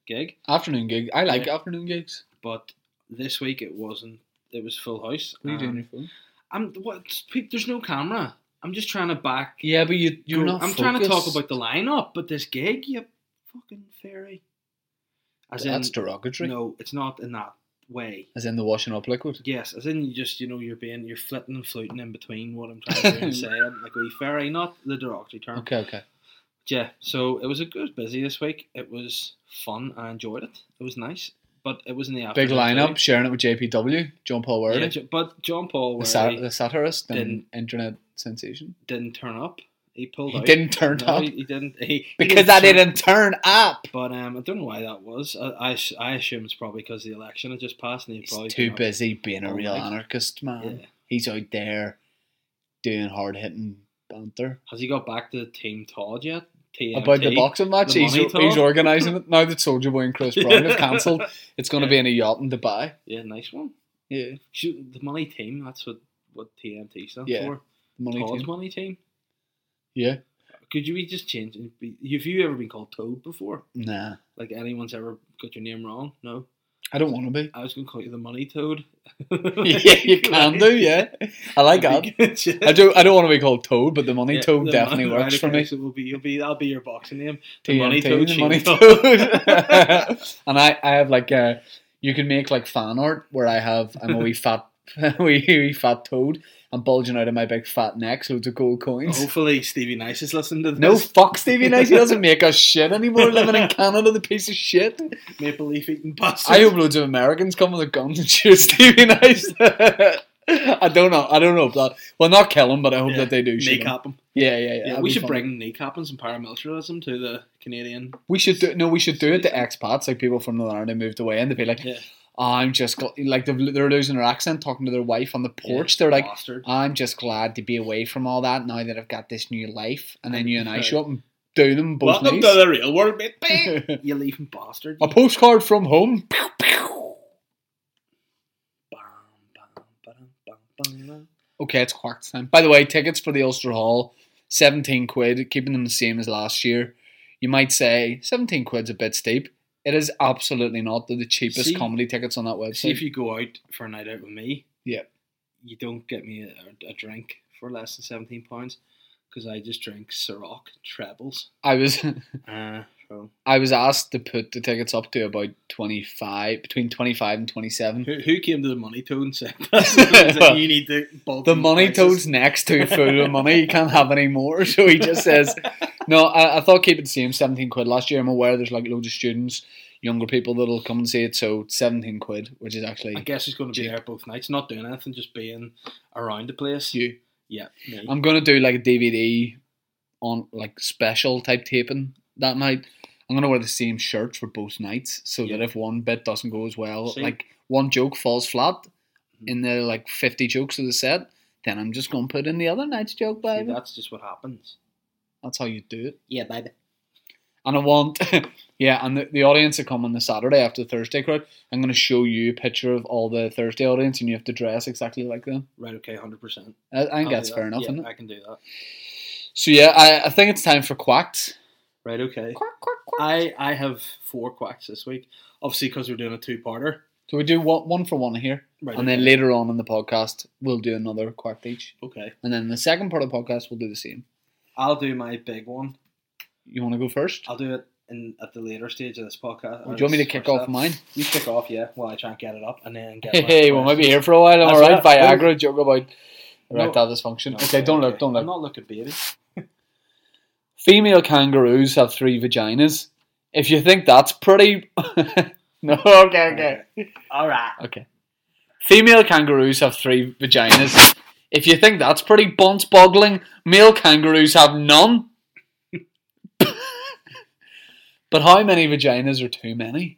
gig.
Afternoon gig. I like
yeah.
afternoon gigs.
But this week it wasn't. It was full house.
What are you doing on
and
your phone?
I'm what? pe- There's no camera. I'm just trying to back.
Yeah, but you you're
go-
not.
I'm trying to talk
focused.
about the lineup, but this gig, you fucking fairy. As
That's
in,
derogatory.
no, it's not in that way.
As in the washing up liquid.
Yes, as in you just you know you're being you're flitting and fluting in between what I'm trying to do and say like a wee fairy, not the derogatory term.
Okay, okay.
Yeah, so it was a good busy this week. It was fun. I enjoyed it. It was nice, but it was in the
Big
afternoon.
lineup, sharing it with JPW, John Paul
too.
Werley,
Yeah, J- but John Paul
the,
Werley
sat- the satirist and
didn't-
internet sensation.
didn't turn up. He pulled
He
out.
didn't turn
No,
up
He, he didn't. He, he
because I
turn-
didn't turn up.
But um, I don't know why that was. I, I, I assume it's probably because the election had just passed and he
He's
probably
too
turned up.
busy being a
Oh,
real
right.
anarchist, man.
Yeah.
He's out there doing hard hitting banter
Has he got back to Team Todd yet? TMT?
about the boxing match.
the
he's
money talk.
he's organising it now that Soldier Boy and Chris Brown have cancelled. It's going to
Yeah.
be in a yacht in Dubai.
Yeah, nice one.
Yeah,
Shoot, the money team. That's what what TMT stands
Yeah,
for.
money
Todd's
team.
money team.
Yeah,
Could you we just change? it? Be- Have you ever been called Toad before?
nah,
Like anyone's ever got your name wrong? No.
I don't want to be.
I was gonna call you the Money Toad.
yeah, you can do. Yeah, I like that. I do. I don't want to be called Toad, but the money Toad definitely works for me.
It will be. You'll be. That'll be your boxing name. The
TNT,
Money Toad.
the
Shane
money
Toad.
Toad. and I, I have like uh, a, you can make like fan art where I have I'm a wee fat, wee, wee fat toad, and bulging out of my big fat neck loads of gold coins.
Hopefully, Stevie Nice is listening to this.
No fuck Stevie Nice, he doesn't make us shit anymore living in Canada, the piece of shit.
maple leaf eating bastard.
I hope loads of Americans come with guns and shoot Stevie Nice. I don't know. I don't know if that. Well, not kill him, but I hope
Yeah,
that they do shoot him.
kneecap him.
Yeah, yeah, yeah.
Yeah,
that'd
we
be
should
fun.
bring kneecapping and paramilitarism to the Canadian.
We should do. No, we should do it to expats, like people from Northern Ireland who moved away, and they'd be like,
Yeah.
"I'm just gl-, like they've- they're losing their accent, talking to their wife on the porch. They're like,
bastard.
I'm just glad to be away from all that now that I've got this new life. And then you and I
Right.
show up and do them both
Welcome
knees.
to the real world, mate. Bang! you leaving bastard.
A postcard from home. Pew, pew.
Bam, bam, bam, bam, bam, bam.
Okay, it's Quartz time. By the way, tickets for the Ulster Hall, 17 quid, keeping them the same as last year. You might say, 17 quid's a bit steep. It is absolutely not. They're the cheapest
See-
comedy tickets on that website.
See if you go out for a night out with me.
Yeah.
You don't get me a, a drink for less than seventeen pounds because I just drink Ciroc trebles.
I was
Uh, so
I was asked to put the tickets up to about 25, between 25 and 27.
who, who came to the money toad and said that?
Well,
you need to bulk
The
these
money
prices?
toad's next to full of money. He can't have any more, so he just says, "No, I, I thought keep it the same, seventeen quid." Last year, I'm aware there's like loads of students, younger people that'll come and see it, so seventeen quid, which is
I
actually
guess he's going to be
Cheap.
there both nights, not doing anything, just being around the place.
you.
Yeah, me.
I'm gonna do like a DVD on like special type taping that night. I'm gonna wear the same shirt for both nights, so that
Yeah.
if one bit doesn't go as well,
See?
like one joke falls flat
Mm-hmm.
in the like fifty jokes of the set, then I'm just gonna put in the other night's joke,
See,
baby.
that's just what happens.
That's how you do it.
Yeah, baby.
and I want, yeah, and the, the audience that come on the Saturday after the Thursday crowd, I'm going to show you a picture of all the Thursday audience, and you have to dress exactly like them.
Right, okay, 100%.
I, I
I'll
think
do
that's
that.
fair enough,
Oh, Yeah,
isn't it?
I can do that.
So yeah, I, I think it's time for quacked.
Right, okay.
Quack, quack, quack.
I, I have four quacks this week, obviously because we're doing a two-parter.
So we do one, one for one here,
Right,
and then
okay.
later on in the podcast we'll do another quacked each,
Okay,
and then the second part of the podcast we'll do the same.
I'll do my big one.
You want to go first?
I'll do it in at the later stage of this podcast.
Or do you want me to
Or
kick
start.
off mine?
You kick off, yeah. Well, I try and get it up and then get.
Hey,
my
hey, we might be
questions.
here for a while. I'm
That's
alright.
what I-
Viagra joke about erectile dysfunction.
No,
okay, don't look, don't look.
I'm not looking, baby.
Female kangaroos have three vaginas. If you think that's pretty. no, okay, okay.
All right.
Okay. Female kangaroos have three vaginas. If you think that's pretty bonce boggling, male kangaroos have none. but how many vaginas are too many?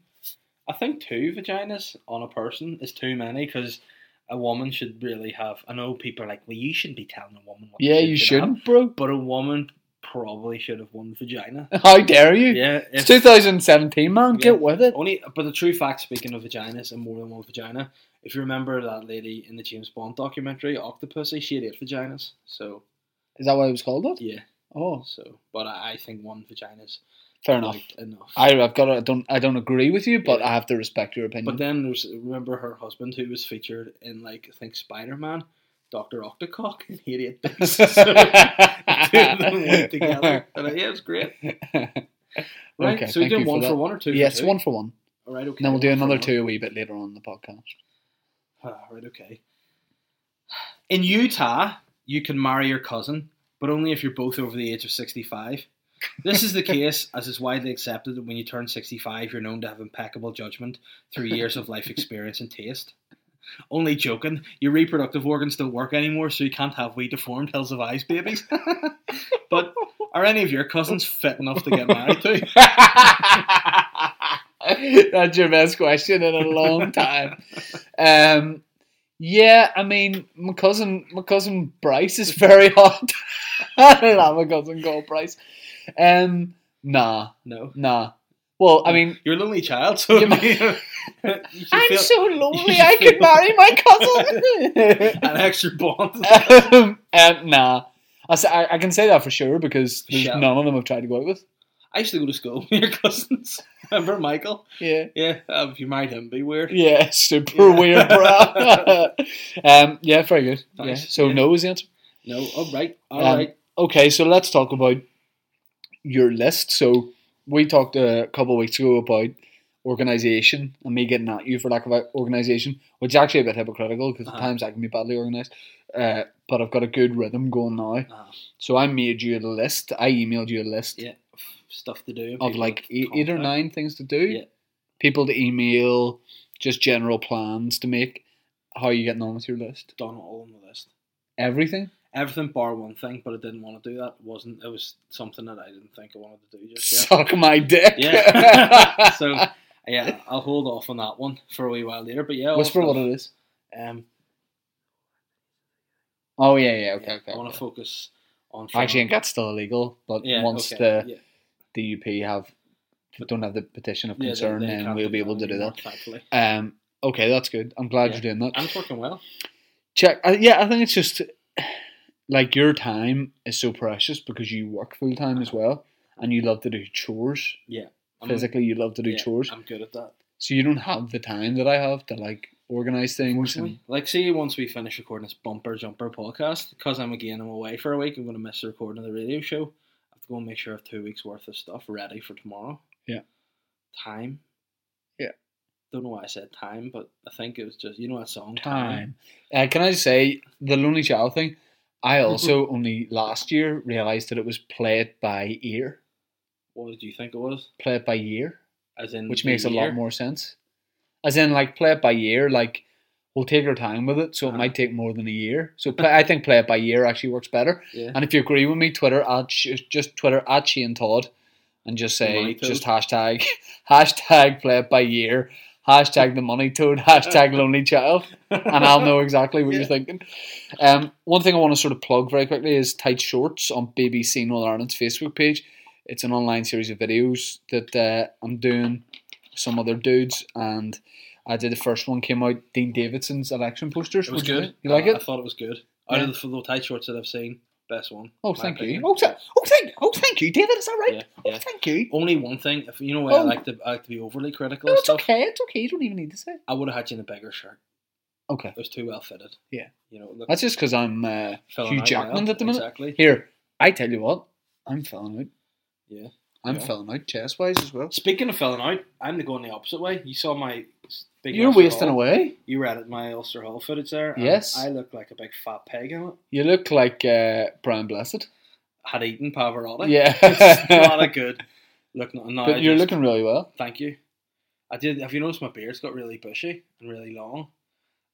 I think two vaginas on a person is too many because a woman should really have. I know people are like, well, you shouldn't be telling a woman. What
Yeah,
she
you
should have,"
shouldn't, bro.
But a woman probably should have one vagina.
How dare you?
yeah.
Hmm. It's
if-
2017, man. Get with it.
Only, but the true fact, speaking of vaginas and more than one vagina, if you remember that lady in the James Bond documentary, Octopussy, she had eight vaginas. So,
Is that what it was called? That?
yeah,
Oh,
so, but I, I think one vagina's
fair enough.
quite enough.
I, I've got. To, I don't. I don't agree with you, but
Yeah.
I have to respect your opinion.
but then there's, remember her husband who was featured in, like, I think Spider Man, Dr. Octocock, and he had eight dicks. so, two of them went together. And, uh, yeah, it was great. Right,
Okay,
so we
thank
do
you for
one for,
that.
one or two?
yes,
for two?
one for one.
All right, okay.
And then we'll do
one for
another
one.
two a wee bit later on in the podcast.
Ah, right, okay. In Utah, you can marry your cousin, but only if you're both over the age of 65. This is the case, as it's widely accepted that when you turn 65, you're known to have impeccable judgment through years of life experience and taste. Only joking, your reproductive organs don't work anymore, so you can't have wee deformed hills of eyes babies. but are any of your cousins fit enough to get married to?
That's your best question in a long time. Um, yeah, I mean, my cousin, my cousin Bryce is very hot. I don't know my cousin called Bryce. Um, nah,
No.
nah. Well, I mean,
You're a lonely child, so
You
you
might-
should
I'm
feel
so lonely.
you
I could
feel-
marry my cousin.
an extra bond.
um, um, nah. I, s- I- I can say that for sure because there's
Sure.
none of them I've tried to go out with.
I used to go to school with your cousins. Remember Michael?
Yeah.
Yeah, um, if you married him, be weird.
Yeah, super
Yeah.
weird, bro. um, yeah, very good. Yeah.
Nice,
So
yeah.
no is the answer.
No, all right, all right.
Um, Okay, so let's talk about your list. So we talked uh, a couple of weeks ago about organization and me getting at you for lack of organization, which is actually a bit hypocritical because at
Uh-huh.
times I can be badly organized. Uh, but I've got a good rhythm going now.
Uh,
So I made you a list. I emailed you a list
yeah, stuff to do.
of
people
like
to
eight, eight or
contact.
nine things to do.
Yeah.
People to email, just general plans to make. How are you getting on with your list?
Done all on the list.
Everything?
Everything bar one thing, but I didn't want to do that. wasn't It was something that I didn't think I wanted to do just yet.
Suck my dick.
Yeah. so yeah, I'll hold off on that one for a wee while later. But yeah,
Whisper
I'll-
what it is.
Um,
Oh yeah, yeah, okay,
yeah,
okay.
I want to
okay.
focus on.
Actually, I think that's still illegal. But
yeah,
once
okay,
the
yeah,
DUP have don't have the petition of
yeah,
concern,
they- they
then
can't
we'll be able to do
anymore,
that.
Thankfully,
Um, okay, that's good. I'm glad
Yeah.
you're doing
and
that.
it's working well.
Check. I, yeah, I think it's just like your time is so precious because you work full time as well, and you love to do chores.
I'm,
Physically, you love to do
yeah,
chores,
I'm good at that.
so you don't have the time that I have to like organize things. And,
Like, see, once we finish recording this bumper jumper podcast, because I'm again I'm away for a week, I'm going to miss the recording of the radio show. I have to go and make sure I have two weeks worth of stuff ready for tomorrow.
Yeah.
Time.
Yeah.
Don't know why I said time, but I think it was just you know that song
time. Uh, can I just say the Lonely Child thing? I
Mm-hmm.
also only last year realized that it was play it by ear,
What did you think it was?
play it by year,
As in,
which
the
makes a
year?
lot more sense. As in, like play it by year, like we'll take our time with it, so it
Uh-huh.
might take more than a year. So play, I think play it by year actually works better.
Yeah.
And if you agree with me, Twitter at Sh- just Twitter at Shane Todd, and just
The
say
Money Toad.
just hashtag hashtag play it by year, hashtag the money toad, hashtag lonely child and I'll know exactly what you're
Yeah.
thinking. Um, one thing I want to sort of plug very quickly is Tight Shorts on BBC Northern Ireland's Facebook page. It's an online series of videos that uh, I'm doing with some other dudes, and I did the first one came out Dean Davidson's election posters.
It was
What do you
good. Uh,
think? You like
I
it?
thought it was good.
Yeah.
Out of the little tight shorts that I've seen, best one.
Oh,
my
thank you.
opinion.
Oh, th- oh, thank, oh, thank you, David. Is that right?
Yeah,
Oh,
yeah.
thank you.
Only one thing, if you know why I
Oh.
like to I like to be overly critical
No,
of
it's
stuff,
okay. It's okay. You don't even need to say. it.
I would have had you in a bigger shirt.
Okay,
It was too well fitted.
Yeah.
You know, look,
that's just because I'm uh,
filling
Hugh
out
Jackman
well.
at the minute.
Exactly.
Here, I tell you what, I'm filling out.
Yeah.
I'm
Yeah.
filling out chest wise as well.
Speaking of filling out, I'm going the opposite way. You saw my s- big.
You're
Ulster
wasting
Hall.
away.
You were at my Ulster Hall footage there. and
Yes.
I look like a big fat pig in it.
You look like uh, Brian Blessed.
Had eaten Pavarotti. it's not a
yeah.
good look. n- Now I
but you're
just-
looking really well.
Thank you. I did. Have you noticed my beard's got really bushy and really long?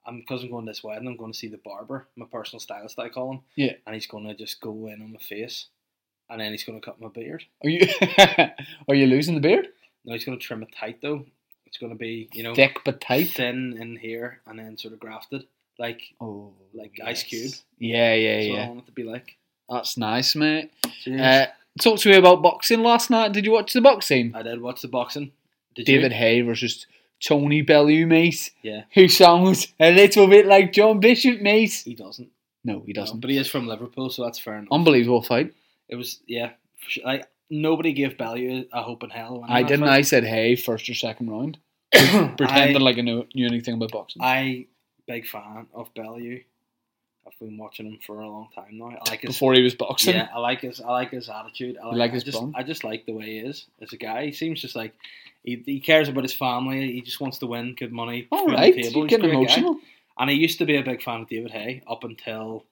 I'm because I'm going this wedding. I'm going to see the barber, my personal stylist. I call him.
Yeah.
And he's going to just go in on my face, and then he's going to cut my beard.
Are you Are you losing the beard?
No, he's going to trim it tight though. It's going to be you know
Thick but tight.
thin in here and then sort of grafted. Like
Oh,
Like Ice Cube.
Yeah, yeah,
that's what I
yeah.
want it to be like.
That's nice, mate.
Cheers.
Uh, talk to me about boxing last night. Did you watch the boxing?
I did watch the boxing. Uh, Did
David Hay versus Tony Bellew, mate.
Yeah.
Who sounds a little bit like John Bishop, mate.
you? He doesn't.
No, he
No,
doesn't. Um,
but he is from Liverpool, so that's fair enough.
Unbelievable fight.
it was yeah. Like nobody gave Bellew a hope in hell. when
I
that
didn't.
fight.
I said, hey, first or second round. Pretending
I-
like I knew, knew anything about boxing.
I big fan of Bellew. I've been watching him for a long time now. I like his
Before he was boxing.
yeah, I like his I like his attitude. I like,
like his
I just,
bum?
I just like the way he is as a guy. He seems just like he, he cares about his family. He just wants to win, good money,
All
food on the
right,
table.
you're
He's a
getting
great guy.
emotional.
And I used to be a big fan of David Hay up until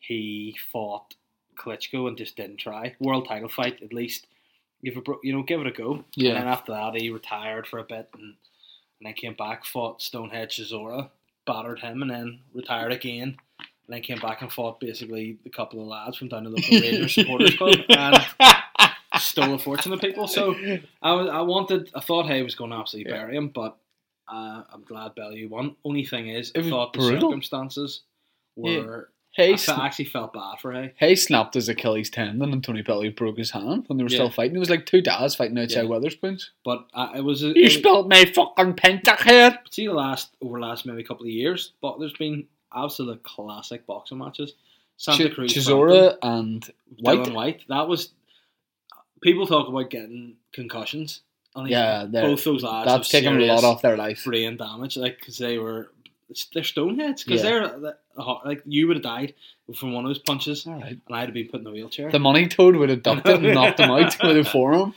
he fought Klitschko and just didn't try. World title fight, at least give it, you know, give it a go.
Yeah.
And then after that, he retired for a bit and, and then came back, fought Stonehead Chisora, battered him, and then retired again. And then came back and fought basically a couple of lads from down the local Rangers supporters club and stole a fortune of people. So I was, I wanted, I thought Hay was going to absolutely
Yeah.
bury him, but uh, I'm glad Bellew won. Only thing is,
It
I
was
thought the
brutal.
circumstances were.
Hey,
I, fe-
sna-
I actually felt bad for Hay.
Hey snapped his Achilles tendon and Tony Bellew broke his hand when they were still
Yeah.
fighting. It was like two dads fighting outside
Yeah.
Weatherspoons.
But I, it was. a-
You
it-
spilled my fucking penta here.
see the last over the last maybe couple of years, but there's been absolute classic boxing matches. Santa
Ch-
Cruz,
Chisora and
White.
White.
Dylan White. That was people talk about getting concussions. I think
Yeah, they're-
both those lads.
that's
have
taken a lot
serious
off their life.
brain damage, like because they were they're stoneheads because
Yeah.
they're the- the heart- like you would have died from one of those punches,
All right.
and I'd have been put in the wheelchair.
The money toad would have ducked it and knocked him out with a forearm.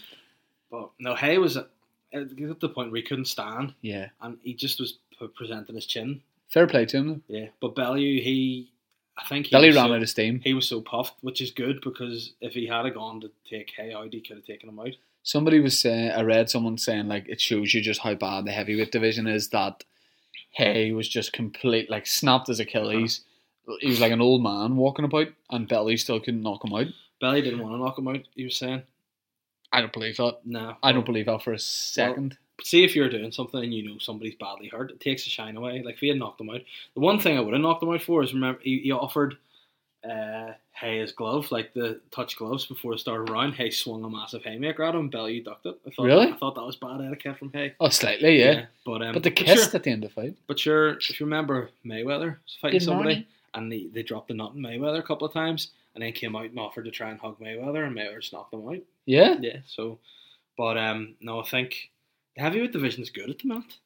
but no, Hay was. It it got to the point where he couldn't stand,
Yeah.
and he just was p- presenting his chin.
Fair play to him.
Yeah, but Bellew, he, I think he
Billy
was
ran
so-
out of steam.
He was so puffed, which is good because if he had a gone to take Hay out, he could have taken him out.
Somebody was saying, I read someone saying, like, it shows you just how bad the heavyweight division is that Hay was just complete, like, snapped his Achilles. He was like an old man walking about, and Belly still couldn't knock him out.
Bellew didn't want to knock him out. He was saying,
I don't believe that.
"Nah,
I don't believe that for a second.
see if you're doing something and you know somebody's badly hurt, it takes the shine away. Like if he had knocked him out, the one thing I would have knocked him out for is remember he, he offered uh, Hay his glove, like the touch gloves before the start of the round. Hay swung a massive haymaker at him, Bellew ducked it. I thought,
Really?
I thought that was bad etiquette from Hay.
oh, slightly, yeah.
but um,
But the kiss
sure,
at the end of the fight.
but sure, if you remember Mayweather was fighting
Good
somebody
morning.
and they, they dropped the nut in Mayweather a couple of times and then came out and offered to try and hug Mayweather and Mayweather just knocked him out.
Yeah.
Yeah. So, but um, no, I think the heavyweight division is good at the moment.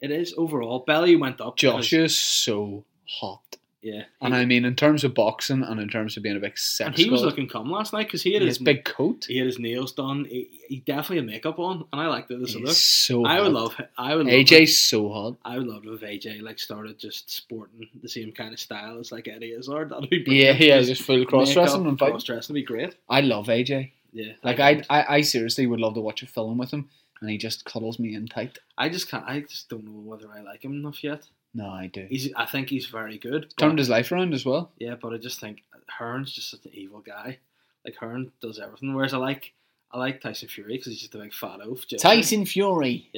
It is overall. Belly went up. because-
Joshua's so hot.
yeah,
And I mean, in terms of boxing and in terms of being a big sex
and he was
god,
looking calm last night because he had
his
his,
big coat.
he had his nails done. He, he definitely had makeup on, and I liked it as a
He's
look.
so
I
hot.
would love. I would love
AJ's so hot.
I would love if AJ like started just sporting the same kind of style as like Eddie Izzard. That'd be
Yeah,
brilliant.
yeah, just full cross dressing and fight.
cross dressing would be great.
I love AJ.
Yeah,
Like
I,
I, I, I seriously would love to watch a film with him, and he just cuddles me in tight.
I just can't. I just don't know whether I like him enough yet.
No, I do. He's
He's. I think he's very good. but-
turned his life around as well.
Yeah, but I just think Hearn's just such an evil guy. Like Hearn does everything. Whereas I like I like Tyson Fury because he's just a big fat oaf. Just-
Tyson Fury.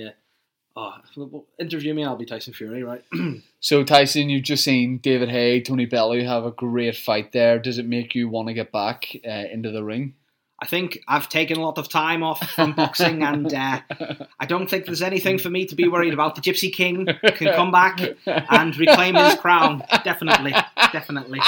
Oh, well, interview me. and I'll be Tyson Fury, right?
So Tyson, you've just seen David Hay, Tony Bellew have a great fight there. Does it make you want to get back uh, into the ring?
I think I've taken a lot of time off from boxing, and uh, I don't think there's anything for me to be worried about. The Gypsy King can come back and reclaim his crown. Definitely, definitely.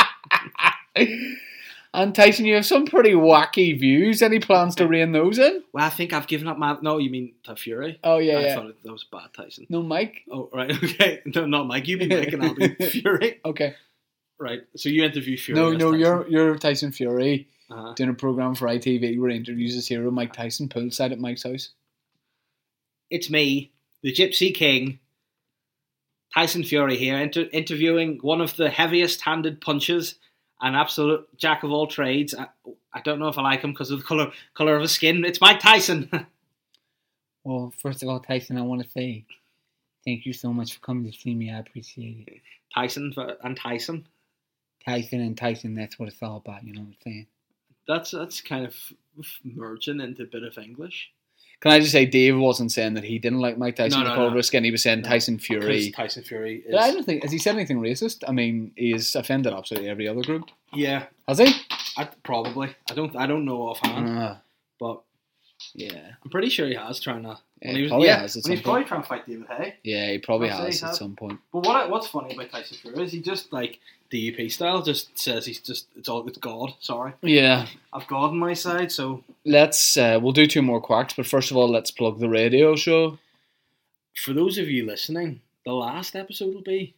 And Tyson, you have some pretty wacky views. Any plans to rein those in?
Well, I think I've given up my. No, you mean Ty Fury?
Oh yeah,
I
yeah.
thought that was bad, Tyson.
No, Mike.
Oh right, okay. No, not Mike. You be Mike, and I'll be Fury.
Okay.
Right. So you interview Fury.
no,
as
no,
Tyson.
you're you're Tyson Fury
Uh-huh.
doing a program for ITV where he interviews his hero Mike Tyson poolside at Mike's house.
It's me, the Gypsy King, Tyson Fury here, inter- interviewing one of the heaviest handed punches, an absolute jack of all trades. I, I don't know if I like him because of the color color of his skin. It's Mike Tyson.
Well, first of all, Tyson, I want to say thank you so much for coming to see me. I appreciate it.
Tyson for- and Tyson.
Tyson and Tyson, that's what it's all about, you know what I'm saying?
That's that's kind of f- merging into a bit of English.
Can I just say, Dave wasn't saying that he didn't like Mike Tyson
No,
no,
no,
no,
no.
skin. He was saying
No,
Tyson
'Cause
Fury.
Tyson Fury is.
But I don't think has he said anything racist. I mean, he's offended absolutely every other group.
yeah,
Has he?
I, probably. I don't. I don't know offhand,
Ah,
but
yeah,
I'm pretty sure he has trying to.
Yeah, he probably has at
when he's
some
probably trying to fight David Hay.
yeah. He probably
I'll say
has
he
at
has.
some point.
But what I, what's funny about Tyson Fury is he just like DUP style just says he's just it's all it's God. Sorry,
Yeah,
I've God on my side. So
let's uh, we'll do two more quacks, but first of all, let's plug the radio show.
for those of you listening, the last episode will be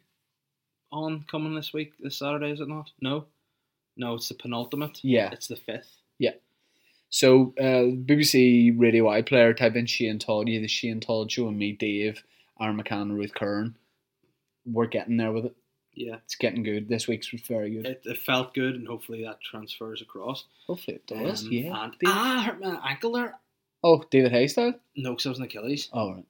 on coming this week, this Saturday, is it not? No, no, it's the penultimate.
Yeah.
it's the fifth.
So uh, BBC Radio iPlayer, type in Shane Todd, you the Shane Todd show, and me, Dave, Aaron McCann, Ruth Kern. We're getting there with it.
Yeah,
It's getting good. This week's was very good.
it, it felt good, and hopefully that transfers across.
Hopefully it does.
Um,
yeah.
and, ah, I hurt my ankle there.
Oh, David Haystyle.
No, because I was an Achilles.
All right.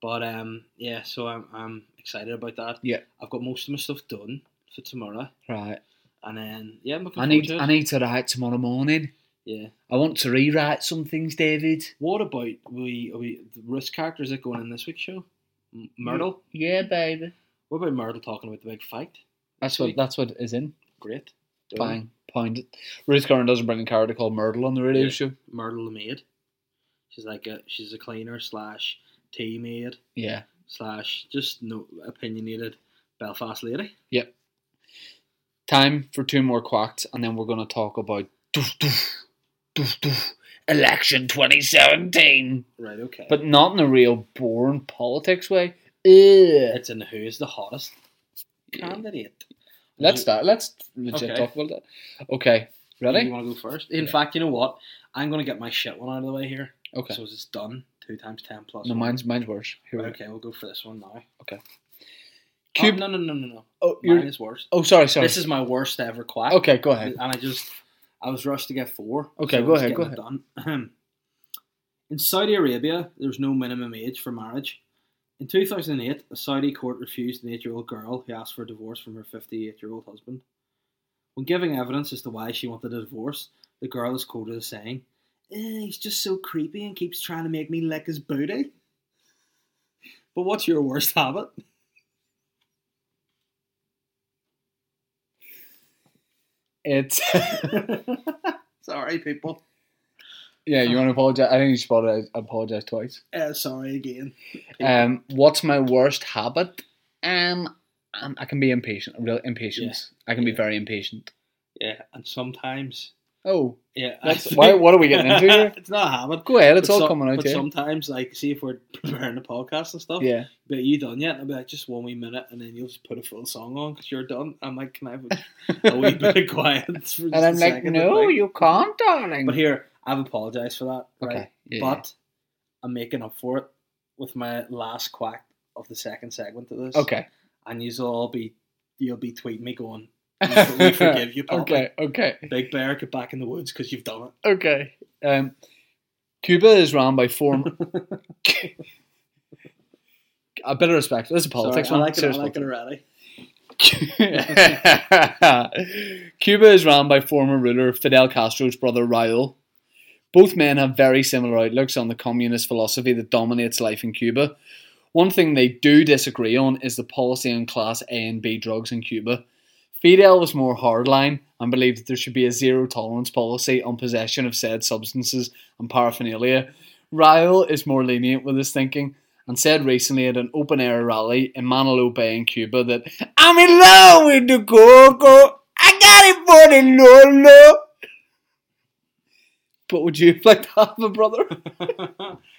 But um, yeah, so I'm I'm excited about that.
Yeah.
I've got most of my stuff done for tomorrow.
Right.
And then yeah, I'm looking
I
forward
need
to it.
I need to write tomorrow morning.
yeah.
I want to rewrite some things, David.
What about we? Are we the risk characters that going in this week's show? M- Myrtle.
Yeah, baby.
What about Myrtle talking about the big fight?
That's what
Sweet.
that's what is in.
Great. Doing
Bang. Pound it. Ruth Curran doesn't bring a character called Myrtle on the radio
Yeah.
show.
it. Myrtle the maid. She's like a she's a cleaner slash tea maid
Yeah.
slash just no opinionated Belfast lady.
Time for two more quacks, and then we're going to talk about doof, doof, doof, doof, election 2017.
Right. Okay.
But not in a real boring politics way. Ugh.
it's in the who is the hottest candidate.
Let's start. Let's legit
Okay.
talk about that. Okay.
You
Ready?
want to go first? In fact, you know what? I'm going to get my shit one out of the way here.
Okay.
So it's done. Two times ten plus.
No,
one.
mine's mine's worse. Here we go.
Okay, we'll go for this one now.
Cube.
Oh, no, no, no, no, no.
Oh,
Mine
you're,
is worse.
oh, sorry, sorry.
This is my worst ever quack.
Okay, go ahead.
And I just, I was rushed to get four.
Okay,
I
go
was
ahead, go
getting it Done. In Saudi Arabia, there's no minimum age for marriage. In 2008, a Saudi court refused an eight-year-old girl who asked for a divorce from her 58-year-old husband. When giving evidence as to why she wanted a divorce, the girl is quoted as saying, eh, "He's just so creepy and keeps trying to make me lick his booty." But what's your worst habit?
It's
Sorry, people.
yeah. You want to apologize? I think you spotted. I apologize twice.
Uh, sorry again.
Um, what's my worst habit? Um, um, I can be impatient. Real impatience. I can be
Yeah.
very impatient.
Yeah, and sometimes.
Oh,
Yeah,
that's why. What are we getting into here?
it's not a habit.
Go ahead. It's
But
all
so-
coming out
But
here.
sometimes, like, see if we're preparing a podcast and stuff.
yeah.
But you done yet? And I'll be like, just one wee minute, and then you'll just put a full song on because you're done. I'm like, can I have a, a wee bit of quiet? For just
And I'm
a
like,
second?"
no,
Like,
you can't, darling.
But here, I've apologized for that. Right?
Okay. Yeah,
But I'm making up for it with my last quack of the second segment of this.
yeah. okay.
And you'll all be, you'll be tweeting me going, we forgive you, Poppy.
okay. Okay.
Big Bear, get back in the woods because you've done it.
Okay. Um, Cuba is run by four. a bit of respect. This is a politics.
Sorry, I
one.
like it, I
Serious
like it
politics.
already.
Cuba is run by former ruler Fidel Castro's brother Raul. Both men have very similar outlooks on the communist philosophy that dominates life in Cuba. One thing they do disagree on is the policy on Class A and B drugs in Cuba. Fidel was more hardline and believed that there should be a zero tolerance policy on possession of said substances and paraphernalia. Raul is more lenient with his thinking and said recently at an open air rally in Manalo Bay in Cuba that I'm in love with the coco. I got it for the Lolo. But would you like to have a brother?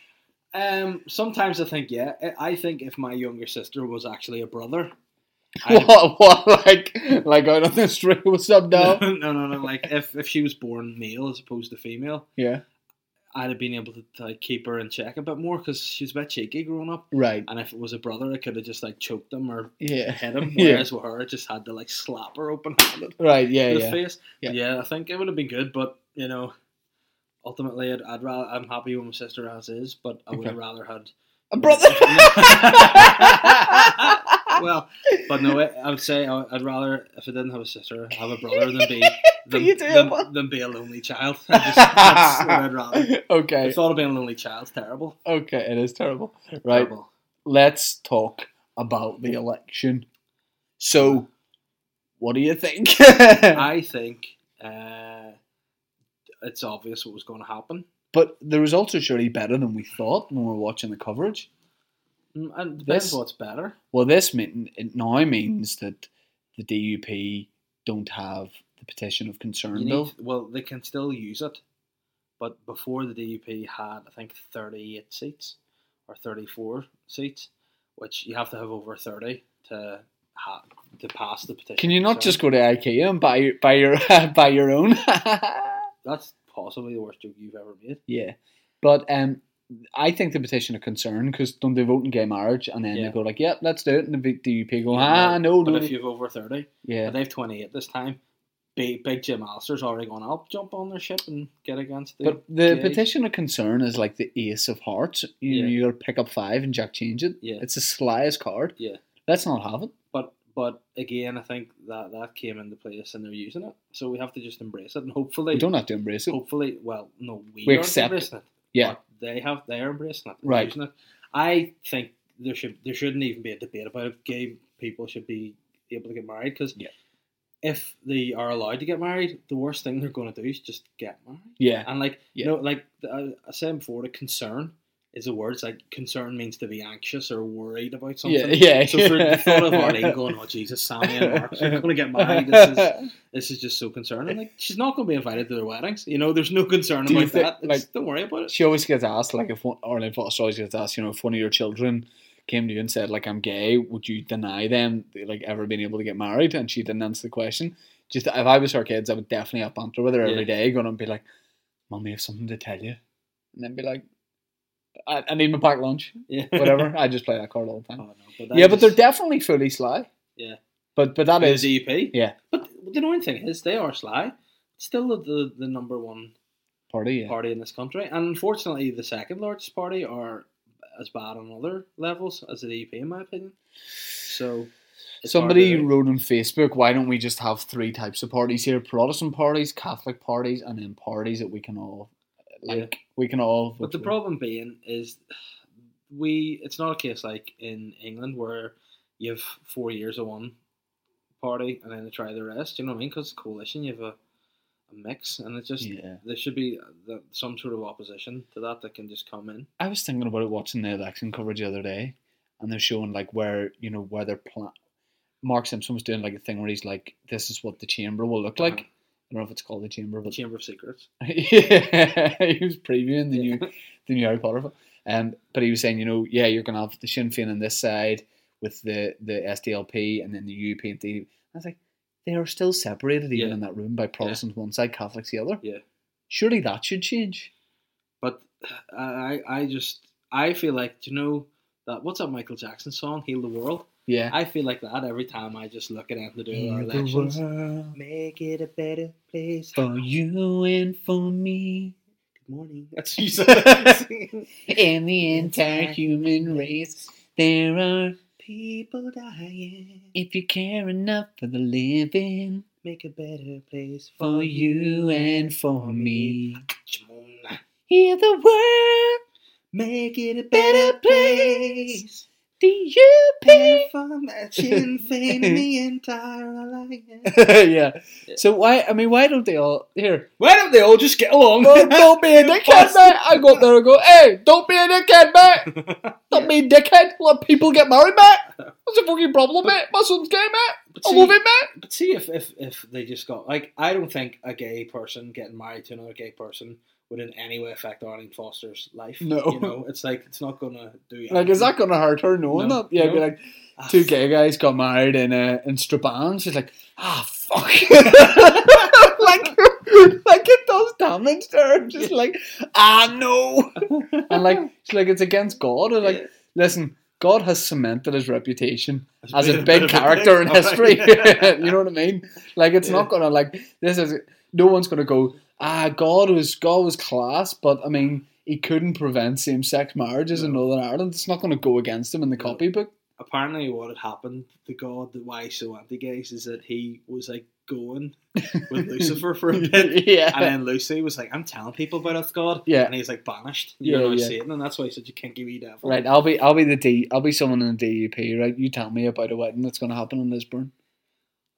um, sometimes I think, yeah, I- I think if my younger sister was actually a brother, I,
what, what, like, like out on the street with some
no,
dog?
no, no, no, like if, if she was born male as opposed to female,
Yeah.
I'd have been able to, like, keep her in check a bit more because she was a bit cheeky growing up.
Right.
And if it was a brother, I could have just like choked him or
Yeah.
hit him.
Yeah.
Whereas with her, I just had to like slap her open handed
Right. Yeah.
in the
Yeah.
face.
Yeah.
Yeah. I think it would have been good, but you know, ultimately, I'd, I'd rather I'm happy with my sister as is, but I would have rather had
A brother.
well, but no, I I would say I- I'd rather if I didn't have a sister, have a brother than be than,
you do have
than,
one.
than be a lonely child. I just, that's what I'd rather. The
okay.
thought of being a lonely child's terrible.
Okay. It is terrible. Right.
Terrible.
Let's talk about the election. So, what do you think?
I think uh, it's obvious what was going to happen.
But the results are surely better than we thought when we were watching the coverage.
Mm, And depends
This-
what's better.
Well, this mean, it now means that the DUP don't have the petition of concern
You
bill.
need, well, they can still use it, but before the DUP had, I think, 38 seats or 34 seats, which you have to have over 30 to ha- to pass the petition.
Can you not
So
just go to IKEA and buy your- buy your buy your own?
That's possibly the worst joke you've ever made.
yeah, but um, I think the petition of concern because don't they vote in gay marriage and then
Yeah.
they go like, "Yep, let's do it," and the DUP go,
Yeah,
"Ah, no,
But
no,
if you've over 30,
yeah."
but they've 28 this time. Big, big Jim Alistair's already gone, I'll jump on their ship and get against the.
But the
gays."
petition of concern is like the ace of hearts. You
Yeah.
you'll pick up five and Jack change it.
Yeah.
It's the slyest card.
Yeah.
Let's not have it.
But but again, I think that that came into place and they're using it. So we have to just embrace it and hopefully
We don't have to embrace it.
hopefully, well, no, we,
We
aren't
accept it.
embracing it.
Yeah.
but they have they are embracing it,
Right.
using it. I think there should there shouldn't even be a debate about it. Gay people should be able to get married because
Yeah.
if they are allowed to get married, the worst thing they're going to do is just get married.
Yeah.
And like
Yeah.
you know, like I, I said before, the concern is a word. It's like concern means to be anxious or worried about something.
Yeah. Yeah.
So for the thought of Arlene going, oh Jesus, Sammy and Mark, you're going to get married. This is, this is just so concerning. Like she's not going to be invited to their weddings. You know, there's no concern
Do you
about
thi-
that. It's-
like-
don't worry about it.
she always gets asked, like, if one, Arlene Foster always gets asked, you know, if one of your children came to you and said, like, I'm gay, would you deny them, like, ever being able to get married? And she didn't answer the question. Just if I was her kids, I would definitely have banter with her every
Yeah.
day, going and be like, Mummy, I have something to tell you. And then be like, I, I need my packed lunch.
Yeah.
Whatever. I just play that card all the
Oh,
time.
no, that
yeah, but
is-
they're definitely fully sly.
Yeah.
But but that
it is
is
EP.
Yeah.
But the annoying thing is they are sly. Still the, the, the number one
party. Yeah.
party in this country, and unfortunately, the second largest party are as bad on other levels as the EP, in my opinion. So it's hard
Somebody
to do.
wrote on Facebook, why don't we just have three types of parties here? Protestant parties, Catholic parties, and then parties that we can all like we can all vote
But the
for.
problem being is, we it's not a case like in England where you have four years of one party and then they try the rest. You know what I mean? Because coalition, you have a, a mix, and it just
Yeah.
there should be uh, the, some sort of opposition to that that can just come in.
I was thinking about it watching the election coverage the other day, and they're showing like where you know where they're plan. Mark Simpson was doing like a thing where he's like, "This is what the chamber will look like." I
Uh-huh.
don't know if it's called the chamber,
The
but
Chamber of Secrets.
yeah, he was previewing the
Yeah.
new the new Harry Potter film. Um, but he was saying, you know, yeah, you're gonna have the Sinn Féin on this side with the the SDLP and then the UP and the. I was like, they are still separated even
Yeah.
in that room by Protestants one side, Catholics the other.
Yeah.
surely that should change.
But I, I just, I feel like, do you know that what's that Michael Jackson song, "Heal the World"?
Yeah,
I feel like that every time I just look at anything to do with our elections. Make it a better place.
for you and for me
Good morning. That's
and the entire human race. There are,
People dying.
if you care enough for the living,
Make a better place
for you and for me.
Jamona.
Hear the word,
Make it a
Better
better
place.
place.
the UP.
If I'm at Sinn Féin and the entire alliance.
yeah. So why? I mean, why don't they all here?
Why don't they all just get along?
Oh, don't be a dickhead, mate. I go up there and go, hey, don't be a dickhead, mate. Don't be a dickhead. Let people get married, mate. What's the fucking problem, mate? My son's gay, mate.
But
I
see-
love him, mate.
But see if, if if they just got like I don't think a gay person getting married to another gay person would in any way affect Arlene Foster's life.
No.
you know it's like it's not gonna do. Anything.
Like, is that going to hurt her knowing
No.
that? Yeah, be
No.
like,
Ah,
two gay guys got married in uh, in Strabane. She's like, ah, fuck. like, like it does damage to her. Just like, ah, no. and like, she's like, it's against God. And like,
Yeah.
listen, God has cemented his reputation
As
as a
being a bit
big
of a
character in
dick.
history.
Yeah.
you know what I mean? Like, it's not gonna like this is no one's gonna go. Ah, God was God was class, but I mean, he couldn't prevent same-sex marriages in
No.
Northern Ireland. It's not gonna go against him in the
No.
copybook.
Apparently, what had happened to God, that why he's so anti-gays, is that he was like going with Lucifer for a bit,
yeah.
and then Lucy was like, "I'm telling people about us, God,"
Yeah.
and he's like banished. You
Yeah,
know,
yeah.
Satan, and that's why he's such a kinky wee devil.
Right, I'll be I'll be the D I'll be someone in the DUP, right? You tell me about a wedding that's gonna happen in Lisburn.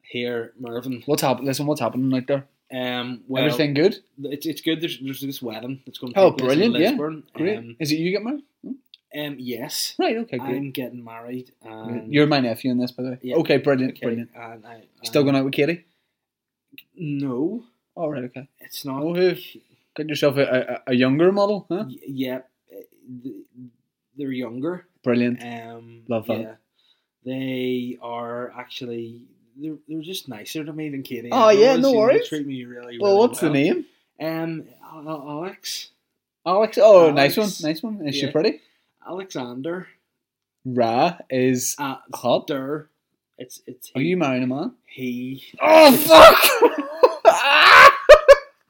here, Mervyn.
What's happening listen, what's happening out there?
Um, well,
Everything good?
It's, it's good. There's, there's this wedding that's going to
Oh,
take place
brilliant,
in
yeah.
Lisburn.
Great.
Um,
Is it you get married?
Um, yes,
Right, okay, great.
I'm getting married. And
You're my nephew in this, by the way.
Yeah.
Okay, brilliant,
okay, Um,
brilliant.
And I, I-
Still going out with Katie?
No,
All right, okay.
it's not.
Oh, who? Get yourself a, a, a younger model, huh?
Y- yeah, uh, th- they're younger.
Brilliant.
Um,
Love that.
Yeah, they are actually. They're, they're just nicer to me than Katie.
Oh,
I've
yeah,
always
no
seen
worries.
They treat me really.
Well,
really
what's
well.
the name?
Um, Al- Al- Alex,
Alex. Oh, nice
Alex.
one, nice one. Is she
Yeah.
pretty?
Alexander,
Ra is.
uh,
Hot.
Der. It's it's
Are you marrying a man?
he.
Oh fuck! Ah!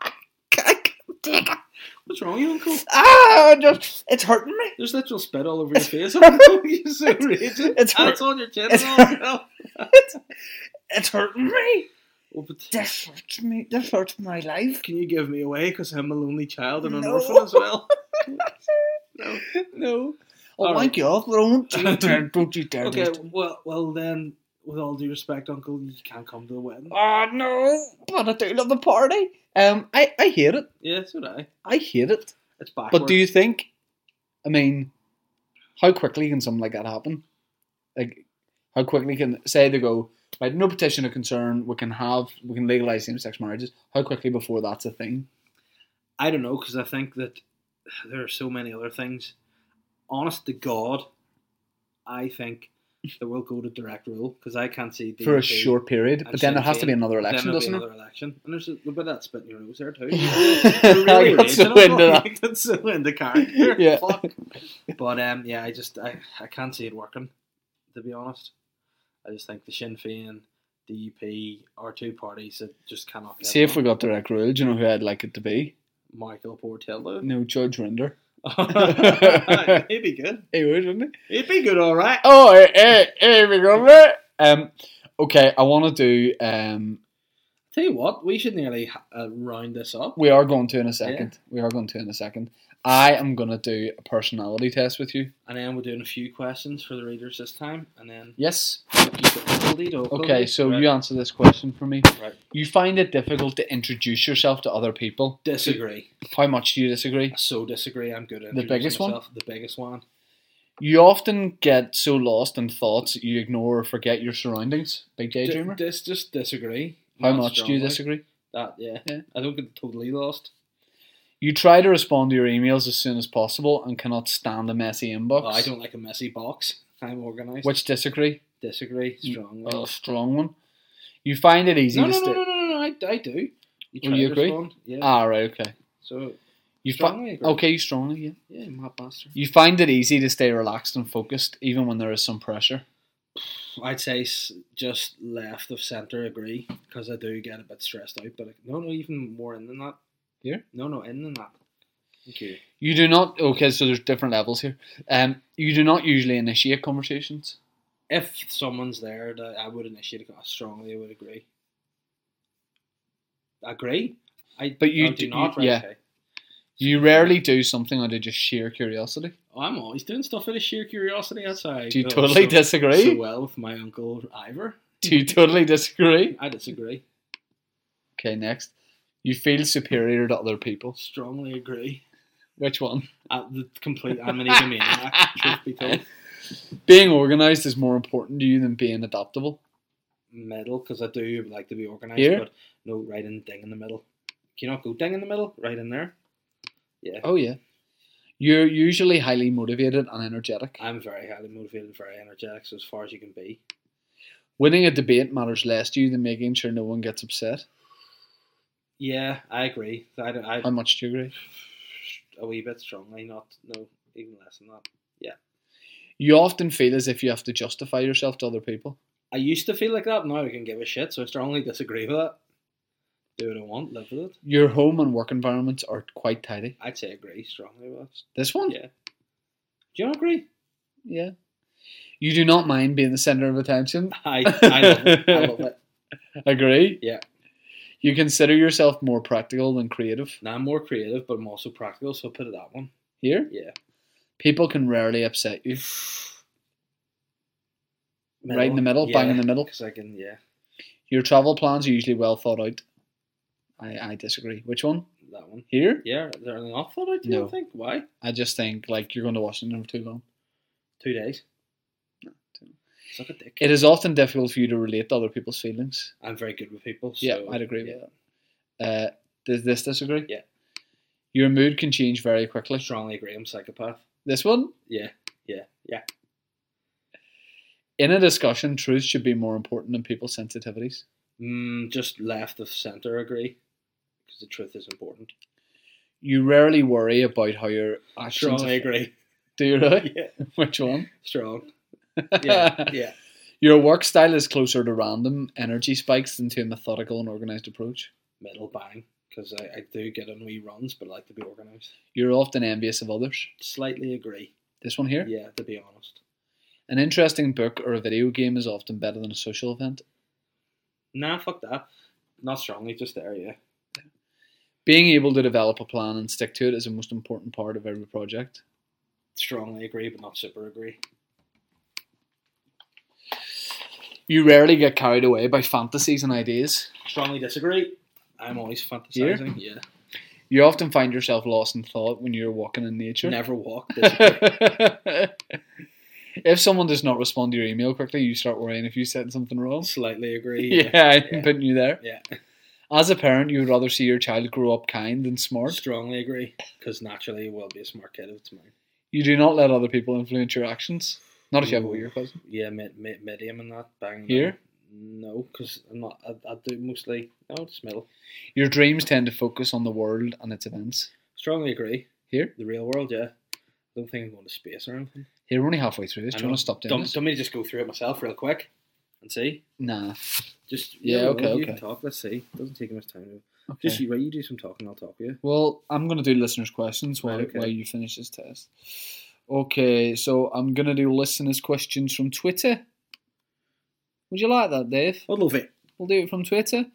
I can't take it.
What's wrong, you uncle?
Ah, just it's hurting me.
There's literal spit all over your face. You're so raging.
It's
It's,
hurt.
on your chin.
It's
and all.
It's, it's hurting me.
Well, but
This hurts me. This hurts my life.
can you give me away? Because I'm a lonely child and an
No.
orphan as well. no.
No. Oh
All
my
right.
god! Don't you dare! Don't you dare!
Okay.
don't-
Well, well then, with all due respect, Uncle, you can't come to the wedding.
Oh no! But I do love the party. Um, I I hate it.
Yeah, so do I.
I hate it.
It's backwards.
But do you think? I mean, how quickly can something like that happen? Like, how quickly can say they go right? No petition of concern. We can have we can legalize same sex marriages. How quickly before that's a thing?
I don't know because I think that there are so many other things. Honest to God, I think that will go to direct rule because I can't see
for a
DUP.
short period, but
And
then there has to be
Sinn
another
Féin.
election,
then there'll be
doesn't there?
another election, and there's a little bit of that spit in your nose there too.
I got so into that.
That's so into character.
Yeah.
Fuck. But um, yeah, I just I, I can't see it working, to be honest. I just think the Sinn Féin, DUP are two parties that just cannot get
See if we
along.
got direct rule. Do you know who I'd like it to be?
Michael Portillo.
No, Judge Rinder.
He'd be good.
He would, wouldn't he?
He'd be good, all right.
Oh, hey, hey, hey, we got it. Um, okay, I want to do. Um,
Tell you what, we should nearly uh, round this up.
we are going to in a second. We are going to in a second. I am going to do a personality test with you.
And then we're doing a few questions for the readers this time, and then
Yes.
Okay,
Okay, so you answer this question for me.
Right.
You find it difficult to introduce yourself to other people.
disagree.
How much do you disagree?
I so disagree. I'm good at
The
introducing
biggest one?
myself. The biggest one.
You often get so lost in thoughts that you ignore or forget your surroundings. Big
D-
daydreamer.
dis- just disagree.
How
Not
much do you
strongly.
disagree?
That yeah.
Yeah.
I don't get totally lost.
You try to respond to your emails as soon as possible and cannot stand a messy inbox.
Oh, I don't like a messy box. I'm organised.
Which disagree?
disagree strongly?
A strong one. You find it easy
no,
to
no,
stay.
no, no, no, no, no. I, I do.
Will
You try
you
to
agree?
respond. Yeah.
Ah, right, okay.
so
You fi-
strongly agree.
okay, you strongly, yeah.
Yeah, mad bastard.
You find it easy to stay relaxed and focused even when there is some pressure.
I'd say s- just left of centre agree because I do get a bit stressed out. But like, no, no, even more in than that.
Here?
No, no, in than that. Thank you.
You do not okay, so there's different levels here. Um you do not usually initiate conversations.
If someone's there, that I would initiate. I strongly would agree. Agree. I
But you
oh, do
d-
not.
you-
right,
yeah.
okay.
You rarely do something out of just sheer curiosity.
Oh, I'm always doing stuff out of sheer curiosity. That's how I
Do you
feel
totally
Oh, so,
disagree?
so well with my uncle Ivor.
do you totally disagree?
I disagree.
Okay, next. You feel superior to other people.
Strongly agree.
Which one?
Uh, the complete I'm an egomaniac. truth be told,
Being organized is more important to you than being adaptable.
middle because I do like to be organised.
Here?
But no, right in ding in the middle. Can you not go ding in the middle? Right in there. Yeah.
Oh yeah. You're usually highly motivated and energetic.
I'm very highly motivated, very energetic, so as far as you can be.
Winning a debate matters less to you than making sure no one gets upset.
Yeah, I agree. I, don't- I
How much do you agree?
a wee bit strongly, not no even less than that.
You often feel as if you have to justify yourself to other people.
I used to feel like that. Now I can give a shit, so I strongly disagree with that. Do what I want, live with it.
Your home and work environments are quite tidy.
I'd say agree strongly with that.
This one?
Yeah. Do you not agree?
Yeah. You do not mind being the center of attention.
I, I love it. I love it.
Agree?
Yeah.
You consider yourself more practical than creative.
Now I'm more creative, but I'm also practical, so put it that one.
Here?
Yeah.
People can rarely upset you. Right in the middle, bang in the middle.
Because I can, yeah,
Your travel plans are usually well thought out. I, I disagree. Which one?
that one.
Here?
Yeah, they're not thought out, do you
No.
not think? Why?
I just think like you're going to Washington for too long.
Two days. Suck a dick.
It is often difficult for you to relate to other people's feelings.
I'm very good with people. So,
yeah, I'd agree
yeah.
with that. Uh, does this disagree?
Yeah.
Your mood can change very
I
quickly.
strongly agree. I'm psychopath.
This one,
Yeah, yeah, yeah.
in a discussion, truth should be more important than people's sensitivities.
Mm, just left of center agree, because the truth is important.
You rarely worry about how your
I
actions.
strongly
affect-
agree.
Do you really?
Yeah,
Which one?
strong. Yeah, yeah.
Your work style is closer to random energy spikes than to a methodical and organized approach.
Middle bang, because I, I do get on wee runs, but I like to be organised.
You're often envious of others.
Slightly agree.
This one here.
Yeah, to be honest.
An interesting book or a video game is often better than a social event.
Nah, fuck that. Not strongly, just there. Yeah.
Being able to develop a plan and stick to it is the most important part of every project.
Strongly agree, but not super agree.
You rarely get carried away by fantasies and ideas.
Strongly disagree. I'm always fantasizing. Yeah.
You often find yourself lost in thought when you're walking in nature.
Never walk. Disagree.
if someone does not respond to your email quickly, you start worrying if you said something wrong.
Slightly agree.
Yeah,
Yeah.
I'm
yeah.
putting you there.
Yeah.
As a parent, you would rather see your child grow up kind and smart.
Strongly agree, because naturally, we'll be a smart kid if it's mine.
You do not let other people influence your actions. Not if you have a weird cousin.
Yeah, mid, mid, medium and that bang.
Here?
No, because I'm not. I, I do mostly. No, it's middle.
Your dreams tend to focus on the world and its events.
Strongly agree.
Here?
The real world, yeah. I don't think I'm going to space or anything.
Here, we're only halfway through this. Do
I
you
know.
want to stop doing
Don't,
this?
don't me to just go through it myself real quick and see.
Nah.
Just
Yeah,
well,
okay,
You
okay.
can talk. Let's see. Doesn't take much time.
Okay.
Just you, right, you do some talking. I'll talk. Yeah.
Well, I'm going to do listeners' questions while,
Right, okay.
while you finish this test. Okay, so I'm going to do listeners' questions from Twitter. Would you like that, Dave?
I'd love it.
We'll do it from Twitter.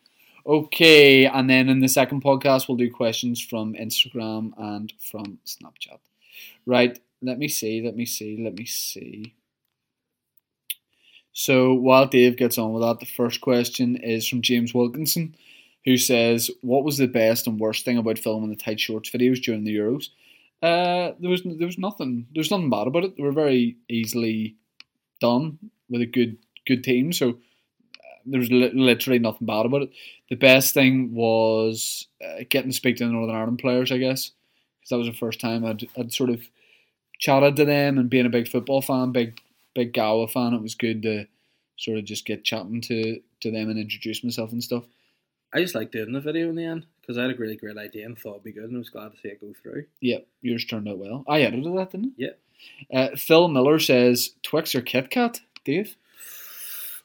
Okay, and then in the second podcast, we'll do questions from Instagram and from Snapchat. Right, let me see, let me see, let me see. So while Dave gets on with that, the first question is from James Wilkinson, who says, "What was the best and worst thing about filming the tight shorts videos during the Euros?" Uh, there was there was nothing there was nothing bad about it. They were very easily done with a good good team, so there was li- literally nothing bad about it. The best thing was uh, getting to speak to the Northern Ireland players, I guess, because that was the first time I'd, I'd sort of chatted to them and being a big football fan, big big Gowa fan, it was good to sort of just get chatting to, to them and introduce myself and stuff.
I just like doing the video in the end because I had a really great idea and thought it'd be good, and I was glad to see it go through.
Yeah, yours turned out well. I edited that, didn't
Yeah.
it? Yeah. Uh, Phil Miller says Twix or Kit Kat, Dave?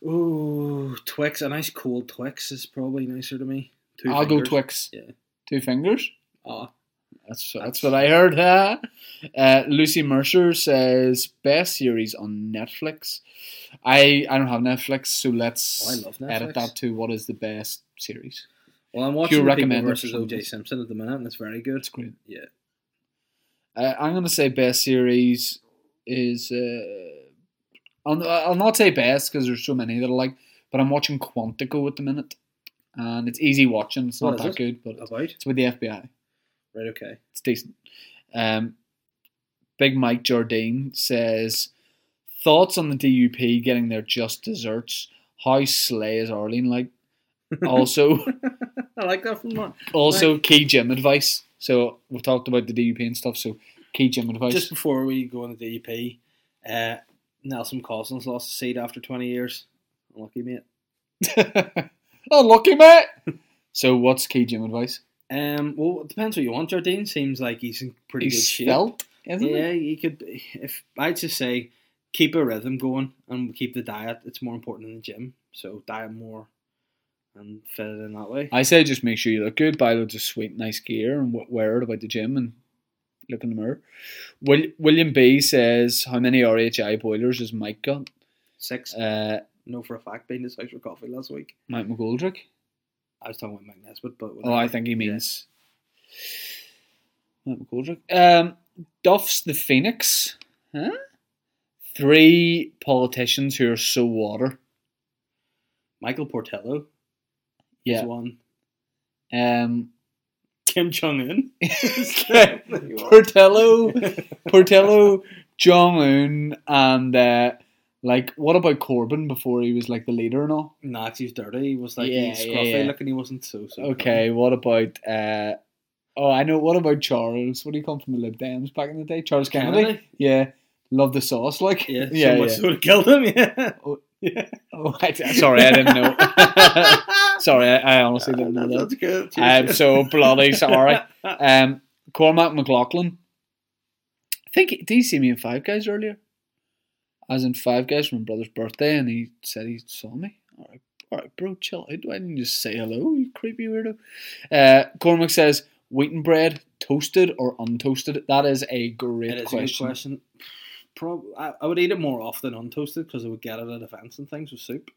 Ooh, Twix. A nice cold Twix is probably nicer to me. Two
I'll go
fingers.
Twix.
Yeah.
Two fingers.
Ah,
That's that's
That's-
what I heard. huh? Uh, Lucy Mercer says best series on Netflix. I I don't have Netflix, so
Oh, I
let's
love Netflix.
edit that to what is the best series.
well, I'm watching
you
People
recommend it
versus
for
O.J.
this?
Simpson at the minute, and it's very good.
It's great.
Yeah.
Uh, I'm gonna say best series is. Uh, I'll, I'll not say best because there's so many that I like, but I'm watching Quantico at the minute, and it's easy watching. It's not
What Oh, is
that
it?
good, but
About
it's with the FBI.
right, okay.
it's decent. Um, Big Mike Jardine says, thoughts on the DUP getting their just desserts. How slay is Arlene like? Also,
I like that from Mark.
also key gym advice. So we've talked about the DUP and stuff. So key gym advice.
Just before we go on the DUP, uh, Nelson Cousins lost his seat after 20 years. Unlucky mate.
oh, lucky mate. So what's key gym advice?
Um, well, it depends what you want. Jardine seems like he's in pretty good
He's
shape.
svelte, isn't
yeah,
it?
you could. If I'd just say, keep a rhythm going and keep the diet. It's more important than the gym, so diet more and fit it in that way.
I say just make sure you look good, buy loads of sweet, nice gear, and w- wear it about the gym and look in the mirror. Will- William B says, How many RHI boilers has Mike got?
Six.
Uh,
no, for a fact, being his house for coffee last week.
Mike McGoldrick.
I was talking about Mike Nesbitt, but
Oh, I think he means Mike McGoldrick. Um, Duff's the Phoenix. Huh? Three politicians who are so water.
Michael Portello is
Yeah.
one.
Um,
Kim Jong Un.
Portello. Portello, Jong Un, and uh, like what about Corbyn before he was like the leader and all?
Nah, 'cause he's dirty. He was like
Yeah,
he's
yeah,
scruffy
yeah.
looking. He wasn't so so.
Okay, what about uh, oh I know what about Charles? What do you come from the Lib Dems back in the day? Charles Kennedy.
Kennedy?
Yeah, love the sauce. Like
Yeah,
yeah.
so much
yeah.
so to kill him. Yeah.
Oh, I, sorry, I didn't know. sorry, I, I honestly didn't know that.
That's good.
I'm so bloody sorry. Um, Cormac McLaughlin. I think did he see me in Five Guys earlier? I was in Five Guys for my brother's birthday, and he said he saw me. All right, all right, bro, chill. out. I didn't just say hello, you creepy weirdo. Uh, Cormac says wheaten bread, toasted or untoasted. That is a great
It is
question.
a good question. Prob- I, I would eat it more often untoasted because I would get it at events and things with soup.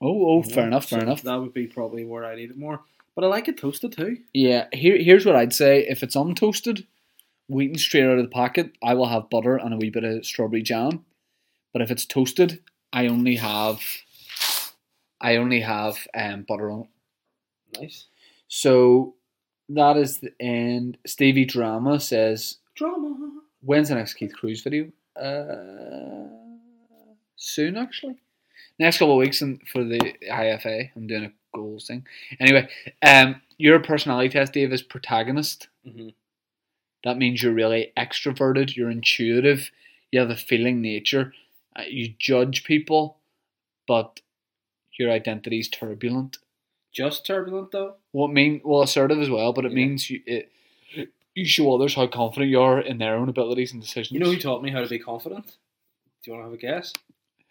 Oh, oh,
you
fair
know?
enough, fair
So
enough.
That would be probably where I'd eat it more. But I like it toasted too.
Yeah, here, here's what I'd say. If it's untoasted, wheaten straight out of the packet, I will have butter and a wee bit of strawberry jam. But if it's toasted, I only have I only have um, butter on. it.
Nice
So that is the end. Stevie Drama says,
drama.
"When's the next Keith Cruz video?" Uh, soon, actually. Next couple of weeks and for the IFA, I'm doing a goals thing. Anyway, um, your personality test, Dave, is protagonist.
hmm
That means you're really extroverted, you're intuitive, you have a feeling nature, uh, you judge people, but your identity is turbulent.
Just turbulent though.
Well, it mean well assertive as well, but it
Yeah.
means you it you show others how confident you are in their own abilities and decisions.
You know who taught me how to be confident? Do you want to have a guess?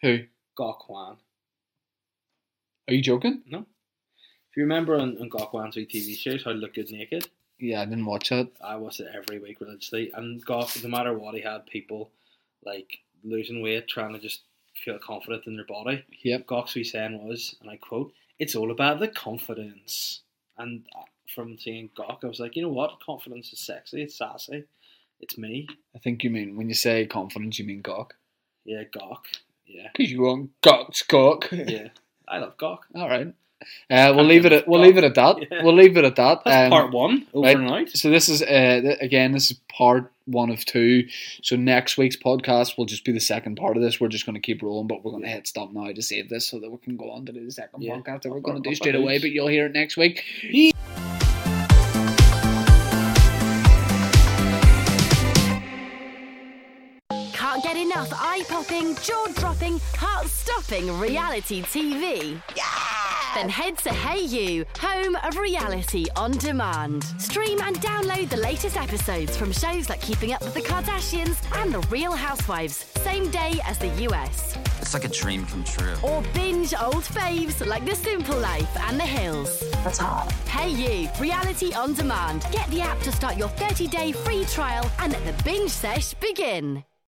who?
Gokwan.
Are you joking?
If you remember on, on Gokwan's wee TV shows, How to Look Good Naked,
Yeah, I didn't watch that.
I watched it every week religiously. And Gok, no matter what, he had people like losing weight, trying to just feel confident in their body.
Yep.
Gok's wee saying was, and I quote, "It's all about the confidence." And uh, from seeing Gok, I was like, you know what? Confidence is sexy. It's sassy. It's me.
I think you mean when you say confidence, you mean gawk.
Yeah, Gok. Yeah,
Because you want gawk's gawk.
yeah. I love Gok.
All right. Uh, we'll
Can't
leave it.
give
At,
a
we'll
fuck.
leave it at that.
Yeah.
We'll leave it at that. Um,
That's part one.
right.
Overnight.
So this is uh, th- again. This is part one of two. So next week's podcast will just be the second part of this. We're just going to keep rolling, but we're going to hit stop now to save this so that we can go on to the second
Yeah.
podcast that we're going
Up
to
our
do straight away.
hoops.
But you'll hear it next week.
Can't get enough eye popping, jaw dropping, heart stopping reality TV. Then head to Hey You, home of reality on demand. Stream and download the latest episodes from shows like Keeping Up with the Kardashians and The Real Housewives, same day as the US.
It's like a dream come true.
Or binge old faves like The Simple Life and The Hills. That's hard. Hey You, reality on demand. Get the app to start your 30 day free trial and let the binge sesh begin.